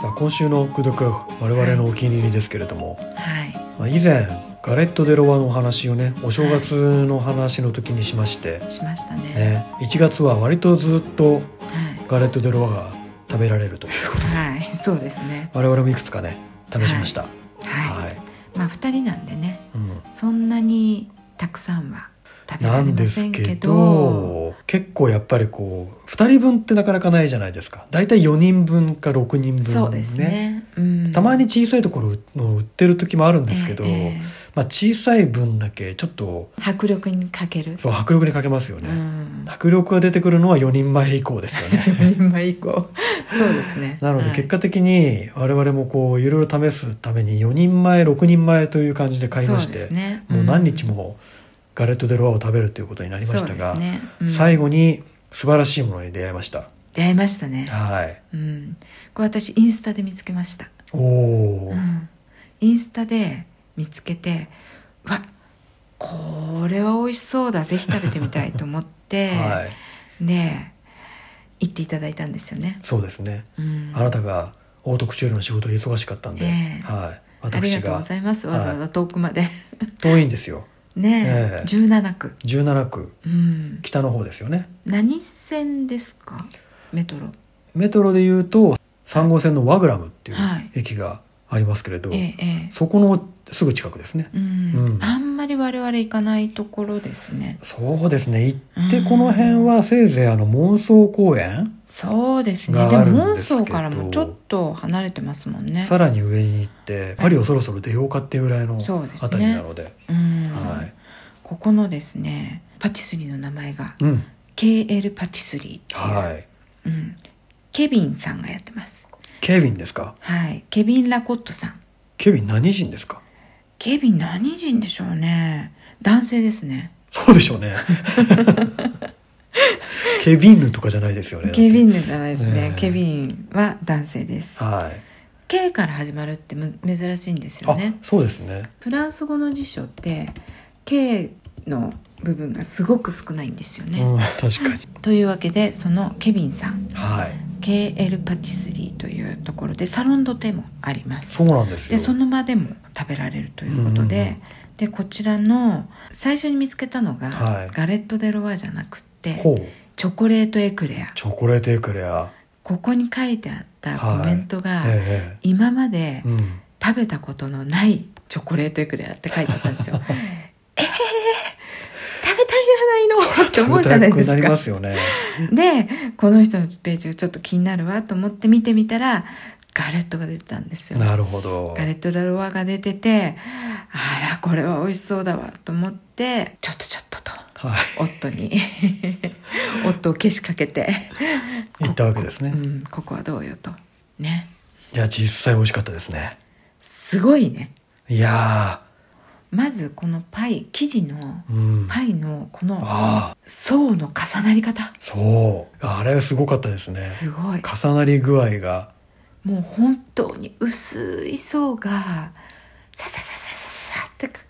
B: さあ今週の「くどく」我々のお気に入りですけれども、
A: はい、
B: まあ、以前ガレット・デ・ロワのお話をねお正月の話の時にしまして、
A: しましたね。
B: ね、1月は割とずっと
A: は
B: ガレット・デ・ロワが食べられるということ
A: い、はい、そうですね。
B: 我々もいくつかね試しました
A: はい、
B: はい
A: まあ二人なんでね、
B: うん
A: そんなにたくさんは食べら
B: な
A: れ
B: ん
A: ま
B: で
A: せ
B: す
A: ん
B: け
A: けど、
B: ど結構やっぱりこう2人分ってなかなかないじゃないですか大体4人分か6人分
A: そうですね。うん、
B: たまに小さいところの売ってる時もあるんですけど、
A: ええ
B: まあ、小さい分だけちょっと
A: 迫力に欠ける。
B: そう迫力に欠けますよ
A: う
B: ね、
A: ん、
B: 迫力が出てくるのは4人前以降ですよね
A: 4人前以降、そうですね。
B: なので
A: はい
B: 結果的に我々もこういろいろ試すために4人前6人前という感じで買いまし
A: そうで
B: て
A: すね
B: もう何日
A: ん
B: もガレット・デ・ロワを食べるということになりましたが、
A: そうですねうん
B: 最後に素晴らしいものに出会いました。
A: 出会いましたね。
B: はい。
A: うん、これ私インスタで見つけました、
B: おお
A: う。ん、インスタで見つけてわこれは美味しそうだぜひ食べてみたいと思って、
B: はい。
A: で行っていただいたんですよね、
B: そうですね。
A: うん、
B: あなたがオートクチュールの仕事で忙しかったんで、
A: ええ
B: はい。
A: ありが
B: 私
A: とう
B: が
A: ございますわざわざ遠く まで
B: 遠いんですよ。
A: ねえ
B: ええ
A: 17区、
B: 17区
A: うん、
B: 北の方ですよね。
A: 何線ですかメトロ
B: メトロで言うと3号線のワグラムっていう
A: はい
B: 駅がありますけれど、
A: ええええ
B: そこのすぐ近くですね。
A: うん
B: うん
A: あんまり我々行かないところですね
B: そうですね。行って
A: うん
B: この辺はせいぜいあの妄想公園、
A: そうですね。で
B: がある
A: も
B: ん
A: モ
B: で
A: ン
B: すけ
A: ソ
B: ど
A: ーからもちょっと離れてますもんね。
B: さらに上に行ってパリをそろそろ出ようかっていうぐらいの
A: そうですね
B: あたりなので、
A: うん、
B: はい。
A: ここのですね、パティスリーの名前が
B: うん。
A: KL パティスリーっていう、
B: はい。
A: うん、ケビンさんがやってます。
B: ケビンですか
A: はい、ケビンラコットさん。
B: ケビン何人ですか
A: ケビン何人でしょうね。男性ですね。
B: そうでしょ うね。ケビンヌとかじゃないですよね。
A: ケビ
B: ン。
A: ンじゃないですね。
B: ええ
A: ケビンは男性です。
B: はい。
A: K から始まるってむ珍しいんですよ
B: あ
A: ね。、
B: そうですね。
A: フランス語の辞書って K の部分がすごく少ないんですよね。
B: うん、確かに。
A: というわけでそのケビンさん
B: はい。
A: KL パティスリーというところでサロンドテもあります
B: そうなんですよ。
A: でその場でも食べられるということで、でこちらの最初に見つけたのが、
B: はい
A: ガレット・デ・ロワじゃなく
B: ほ
A: て
B: う。
A: チョコレートエクレア
B: チョコレートエクレア。
A: ここに書いてあった
B: はい
A: コメントが、
B: え
A: 今まで
B: えうん。
A: 食べたことのないチョコレートエクレアって書いてあったんですよ えー、食べたいじゃないのって思うじゃないで
B: 食べたくな
A: す
B: り
A: か
B: ますよね。
A: でこの人のページがちょっと気になるわと思って見てみたらガレットが出てたんですよ
B: なるほど。
A: ガレット・ラロワが出ててあらこれは美味しそうだわと思ってちょっとちょっとと
B: は
A: 夫に 夫をけしかけて
B: い。行ったわけです
A: う
B: ね。
A: ん、ここはどうよとね
B: いや、実際美味しかったですね。
A: すごいね
B: いや
A: まずこのパイ生地の
B: ー、うん。
A: パイのこの
B: ああ、
A: 層の重なり方
B: そう。あれはすごかったですね。
A: すごい
B: 重なり具合が。
A: もう本当に薄い層がささささささってか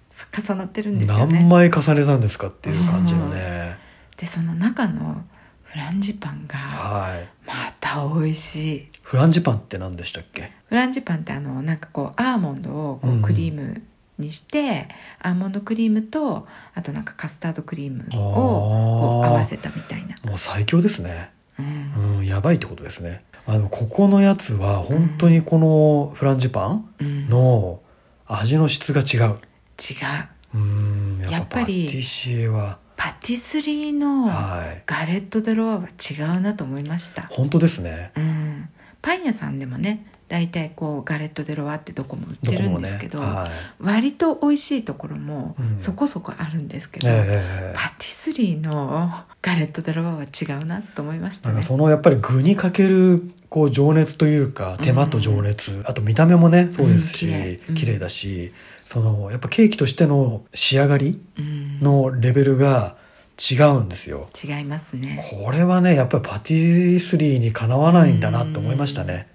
A: 重なってるんですよ
B: 何
A: ね
B: 枚重ねたんですかっていう感じのね、
A: でその中のフランジパンが
B: はい
A: また美味しい
B: フランジパンって何でしたっけ
A: フランジパンってあのなんかこうアーモンドをこ
B: うんう
A: うんクリームにして、アーモンドクリームとあとなんかカスタードクリームをこう
B: あー
A: 合わせたみたいな、
B: もう最強ですね
A: うん
B: うんやばいってことですねあのここのやつは本当にこのフランジパン
A: うん
B: の味の質が違
A: 違
B: う、
A: う
B: うんや
A: や
B: っ
A: っ
B: ぱ
A: ぱ
B: パ
A: り
B: ティシエは
A: パティスリーの
B: はい
A: ガレット・デ・ロワは違うなと思いました、
B: 本当ですね
A: うん、パン屋さんでもね大体こうガレット・デ・ロワってどこも売っ
B: ど
A: て
B: こ
A: るん
B: も
A: で
B: ね
A: すけど
B: はい
A: 割と美味しいところも
B: うん
A: そこそこあるんですけど、
B: ええ
A: パティスリーのガレット・デ・ロワは違うなと思いました
B: なん
A: ね
B: かそのやっぱり具にかけるこう情熱というか手間と情熱、あと見た目もねそうですし、
A: うん綺麗うん
B: 綺麗だしそのやっぱケーキとしての仕上がり
A: うん
B: のレベルが違うんですよ。
A: 違いますね
B: これはねやっぱりパティスリーにかなわないんだなと思いましたね。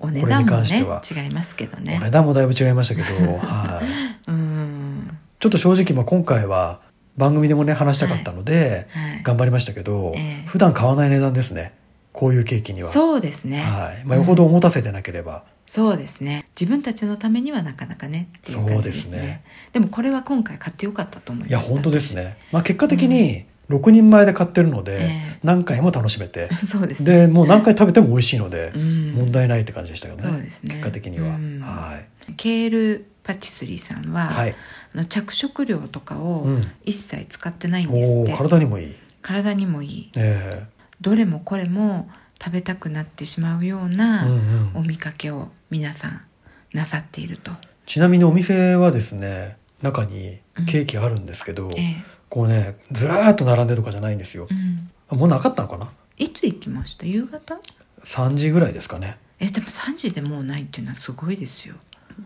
A: お値段も
B: これに関して
A: ね
B: は
A: 違いますけど
B: お値
A: ね
B: 段もだいぶ違いました けど、はい、
A: うん
B: ちょっと正直まあ今回は番組でもね話したかったので、
A: はい
B: 頑張りましたけど、
A: ええ
B: 普段買わない値段ですねこういうケーキには。
A: そうですね、
B: はいまあ、よほどお持たせてなければ、
A: そうですね自分たちのためにはなかなかねっていう感じですね
B: そうですね
A: でもこれは今回買ってよかったと思い
B: いや
A: ました
B: 本当ですね、まあ、結果的に6人前で買ってるので、
A: ええ
B: 何回も楽しめて
A: そうですね
B: でもう何回食べても美味しいので
A: う、ん
B: 問題ないって感じでしたよね
A: そうですね
B: 結果的には、
A: うん
B: はい、
A: ケールパティスリーさんは、
B: はい
A: あの着色料とかを
B: うん
A: 一切使ってないんです
B: お
A: っ
B: お
A: て、
B: 体にもいい、
A: 体にもいい
B: え
A: どれもこれも食べたくなってしまうよう
B: えうんう
A: なんお見かけを皆さんなさっていると、
B: ちなみにお店はですね中にケーキあるんですけど、
A: ええ
B: こうねずらーっと並んでとかじゃないんですよ
A: う、ん、
B: もうなかったのかない
A: つ行きました夕方
B: 3時ぐらいですかね
A: えでも3時でもうないっていうのはすごいですよ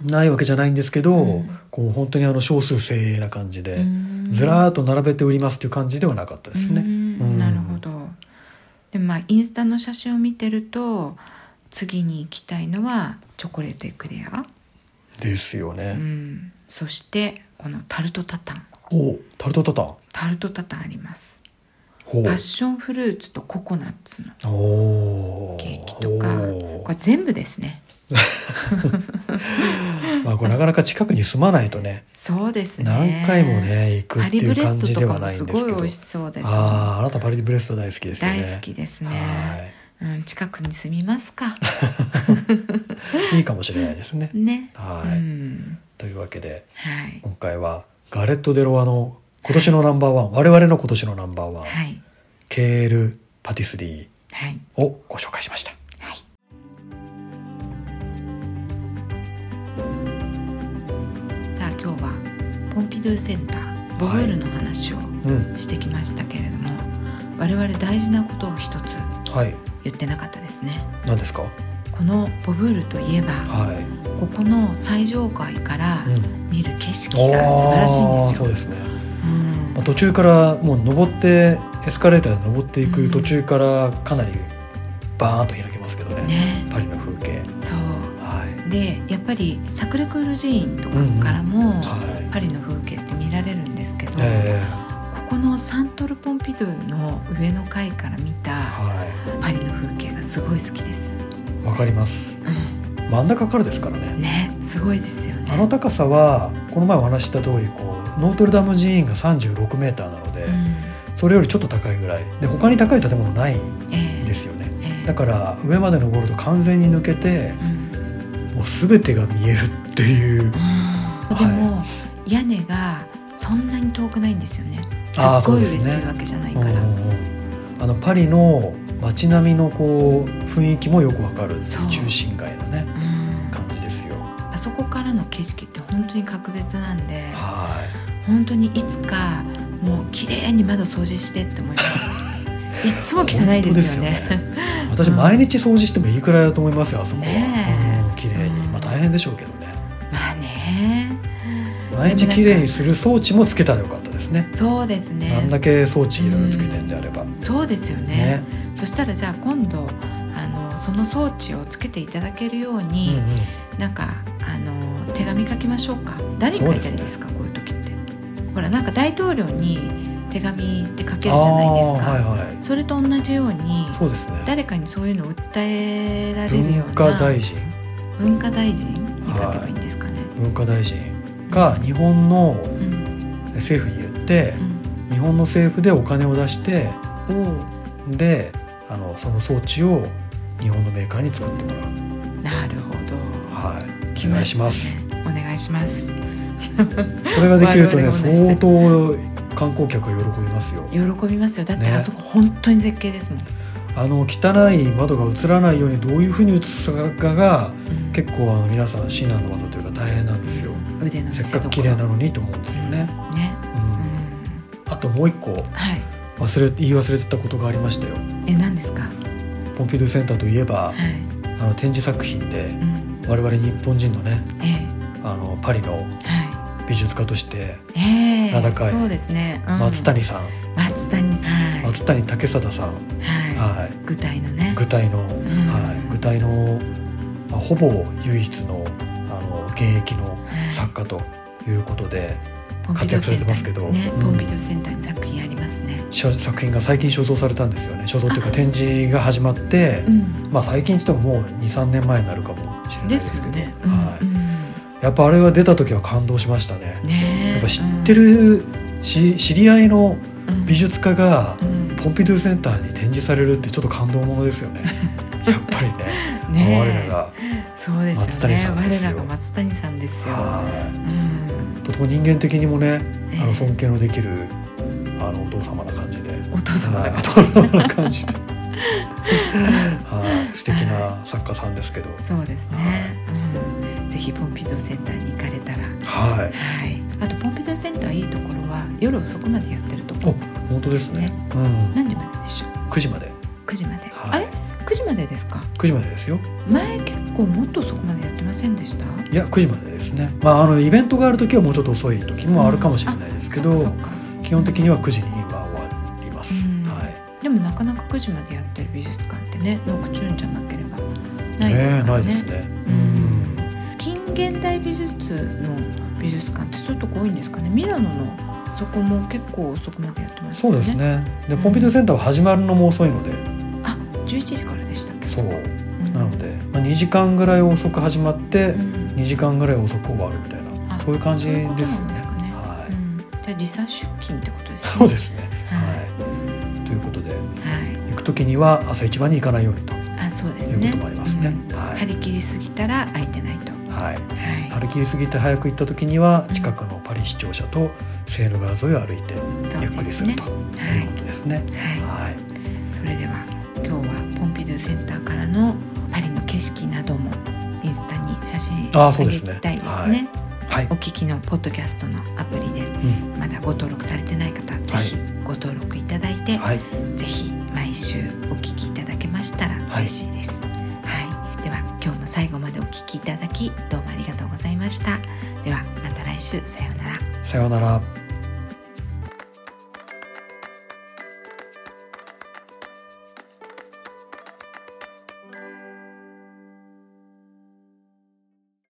B: ないわけじゃないんですけど、
A: うん
B: こう本当にあの少数精鋭な感じで、
A: うん
B: ずらーっと並べて売りますっていう感じではなかったですね。
A: うー
B: うん
A: んなるほどでまあインスタの写真を見てると次に行きたいのはチョコレートエクレア、
B: ですよ
A: う
B: ね。
A: ん、そしてこのタルトタタン
B: おタルトタタン。
A: タルトタタンあります
B: ほう
A: パッションフルーツとココナッツの
B: おー
A: ケーキとか
B: お
A: こ
B: ー
A: れ全部ですね
B: まあ、これなかなか近くに住まないとね
A: そうですね
B: 何回もね行くっ
A: パリ
B: てい
A: ブ
B: う
A: レス
B: 感
A: ト
B: じで
A: とか
B: は
A: も
B: ない
A: す
B: んです
A: ご
B: け
A: い
B: ど
A: 美味しそうですよ
B: あああなたパリブレスト大好きですよね
A: 大好きです
B: は
A: ね、うん、近くに住みます か
B: いいいかもしれないですね、
A: ね
B: はい
A: うん
B: というわけで
A: はい
B: 今回はガレット・デ・ロワの今年のナンバーワン我々の今年のナンバーワン、
A: はい
B: ケール・パティスリ
A: はい
B: ーをご紹介しました
A: はいさあ今日はポンピドゥセンターボブールの話を
B: うん
A: してきましたけれども、我々大事なことを一つ
B: はい
A: 言ってなかったですね
B: 何ですか
A: このボブールといえば
B: はい
A: ここの最上階から
B: うん
A: 見る景色が素晴らしいんです
B: あーそう
A: よ、
B: ですね、
A: うん
B: まあ、途中からもう登ってエスカレーターで登っていく途中からかなりバーンと開けますけどね
A: ね
B: パリの風景
A: そう
B: はい
A: でやっぱりサクレクール寺院とかからも
B: はい
A: パリの風景って見られるんですけど、
B: え
A: ここのサントル・ポンピドゥの上の階から見
B: え
A: た
B: は
A: パリの風景がすごい好きです、
B: いわかります
A: う
B: 真ん中からですからね
A: ん、ねすごいですよね
B: あの高さはこの前お話しした通りこうノートルダム寺院が36メーターなので、それよりちょっと高いぐらいで他に高い建物ないん
A: うん、ええ
B: ですよね
A: ええ
B: だから上まで登ると完全に抜けて
A: うん
B: もう全てが見えるっていう
A: うんでも、屋根がそんなに遠くないんですよねす
B: あー
A: っごい上っ
B: そ
A: て
B: うですね
A: いうわけじゃない
B: うん
A: か
B: うんう
A: ら
B: んあのパリの街並みのこう雰囲気もよくわかるってい
A: そうう
B: 中心街のね
A: うん
B: 感じですよ
A: あそこからの景色って本当に格別なんで
B: は
A: 本当にいつかもう綺麗に窓掃除してって思います いっつも汚いですよ
B: 本当で
A: ね
B: い私毎日掃除してもいいくらいだと思いますよあそこは、
A: ねえ
B: うん綺麗にまあ大変でしょうけどね
A: まあね
B: 毎日綺麗にする装置もつけたらよかったですね
A: そうです
B: あんだ
A: ね
B: け装置いろいろつけてんであれば
A: そうですよね
B: ね
A: そしたらじゃあ今度あのその装置をつけていただけるよう
B: うん
A: に、
B: うん
A: なんかあの手紙書きましょうか誰に書いたらいいですかこういう時ってほらなんか大統領に手紙って書けるじゃないですか、
B: あーはいはい
A: それと同じように
B: そうですね
A: 誰かにそういうのを訴えられるよ
B: 文
A: うな
B: 化大臣
A: 文化大臣に書けばいいんですかね、
B: 文化大臣が日本の
A: うん
B: 政府に言って
A: うん
B: 日本の政府でお金を出して
A: お
B: であのその装置を日本のメーカーに作ってもらう
A: おなるほど
B: はいお
A: 来
B: 願
A: ま
B: いし
A: した
B: ま
A: ね
B: す
A: お願いします
B: これができるとね
A: 我々が同じで
B: 相当観光客が喜びますよ
A: 喜びますよだって
B: ね
A: あそこ本当に絶景ですもん、
B: あの汚い窓が映らないようにどういうふうに映すかが
A: うん
B: 結構あの皆さん至難の技というか大変なんですよ
A: 腕の見
B: せっ
A: せ
B: か
A: 所
B: く綺麗なのにと思うんですよね、
A: ね、
B: う
A: うん
B: ん、あともう一個
A: はい
B: 忘れ言い忘れてたことがありましたよ
A: え何ですかは
B: ポンピドゥセンターといえば
A: い、
B: あの展示作品で
A: うん、
B: 我々日本人のね
A: え
B: あのパリの
A: えは
B: 美術家として
A: いええ
B: 名高い
A: そうですね、うん
B: 松谷さん、
A: 松谷さんはい、
B: 松谷武貞さん、
A: は
B: はい
A: い、具体のね
B: い、具体の、
A: ん
B: はい、具体の、まあ、ほぼ唯一のあの現役の
A: はい
B: 作家ということで
A: ポンピドゥ
B: 活躍されてますけど
A: センターにね、
B: うん
A: ポンピドゥセンターに作品ありますね
B: しょ作品が最近所蔵されたんですよね所蔵というか展示が始まって
A: うん
B: まあ最近って言ってももう23年前になるかもしれないですけど
A: ね、
B: は
A: うん
B: い、やっぱあれは出た時は感動しましたね
A: うん、ねえ
B: やっぱ知って、るし知り合いの
A: うん
B: 美、術家が
A: うん
B: ポンピドゥセンターに展示されるってちょっと感動も のですよねやっぱりね
A: ねえ
B: 我らが
A: そうですよね
B: 松谷さんで
A: 我
B: すよ
A: らが松谷さんですよ、
B: は
A: うん
B: いとても人間的にもねあ
A: ええ
B: の尊敬のできるあのお父様な感じで
A: お父様
B: はい
A: が
B: お父様な感 じではい素敵な作家さんですけど
A: そうですね、うん、ぜひポンピドゥセンターに行かれたら
B: はい
A: はいあとポンピドゥセンターいいところは夜遅くまでやってると
B: お
A: こ
B: 本当ですね
A: ね
B: うん
A: 何時まででしょう
B: 9時まで
A: 9時まで、
B: は
A: あ
B: い
A: れ9時までですか
B: 9時までですよ
A: 前結構もっと遅くまでやってませんでした
B: いや9時までですねまああのイベントがある時はもうちょっと遅い時もあるかもしれないですけど、
A: うんあそうかそうか
B: 基本的には9時には終わります、
A: うん
B: はい
A: でもなかなか9時までやってる美術館ってねノクチューンじゃなければないで
B: ね
A: す
B: え
A: か
B: な
A: ら
B: い
A: ね
B: ですね
A: うん近現代美術の美術館ってそういうとこ多いんですかねミラノのそこも結構遅くまでやってました
B: そ
A: よ
B: う
A: ね
B: ですねでポンピドゥセンターは始まるのも遅いので
A: あ11時からでしたっけ
B: そ
A: う
B: う
A: ん
B: なので、まあ、2時間ぐらい遅く始まって
A: うん
B: 2時間ぐらい遅く終わるみたい
A: あ
B: なそういう感じ
A: そういうこと
B: です
A: なん
B: ね
A: ですかね
B: は
A: う
B: い
A: んじゃあ時差出勤ってことですね
B: そうですね
A: は
B: はいということ
A: い、
B: で
A: はい、
B: 行く時には朝一番に行かないようにと
A: あそうです
B: いうこ
A: ね
B: ともありますね
A: うん
B: はい
A: 張り切りすぎたら空いてないと
B: はい
A: はい
B: 歩き過ぎて早く行った時には近くのパリ市庁舎とセーヌ川沿いを歩いて
A: そう
B: ゆっくりすると
A: ですねは
B: いうことですね
A: い、はい
B: はい
A: それでは今日はポンピドゥセンターからのパリの景色などもインスタに写真
B: あー
A: あ
B: そうですね
A: げたいですね
B: はいはい
A: お聞きのポッドキャストのアプリで
B: うん
A: まだご登録されてない方、ぜひご登録いただいて、
B: はい
A: ぜひ毎週お聞きいただけましたら
B: はい
A: 嬉しいです、はいでは今日も最後までお聞きいただきどうもありがとうございましたではまた来週さようなら
B: さようなら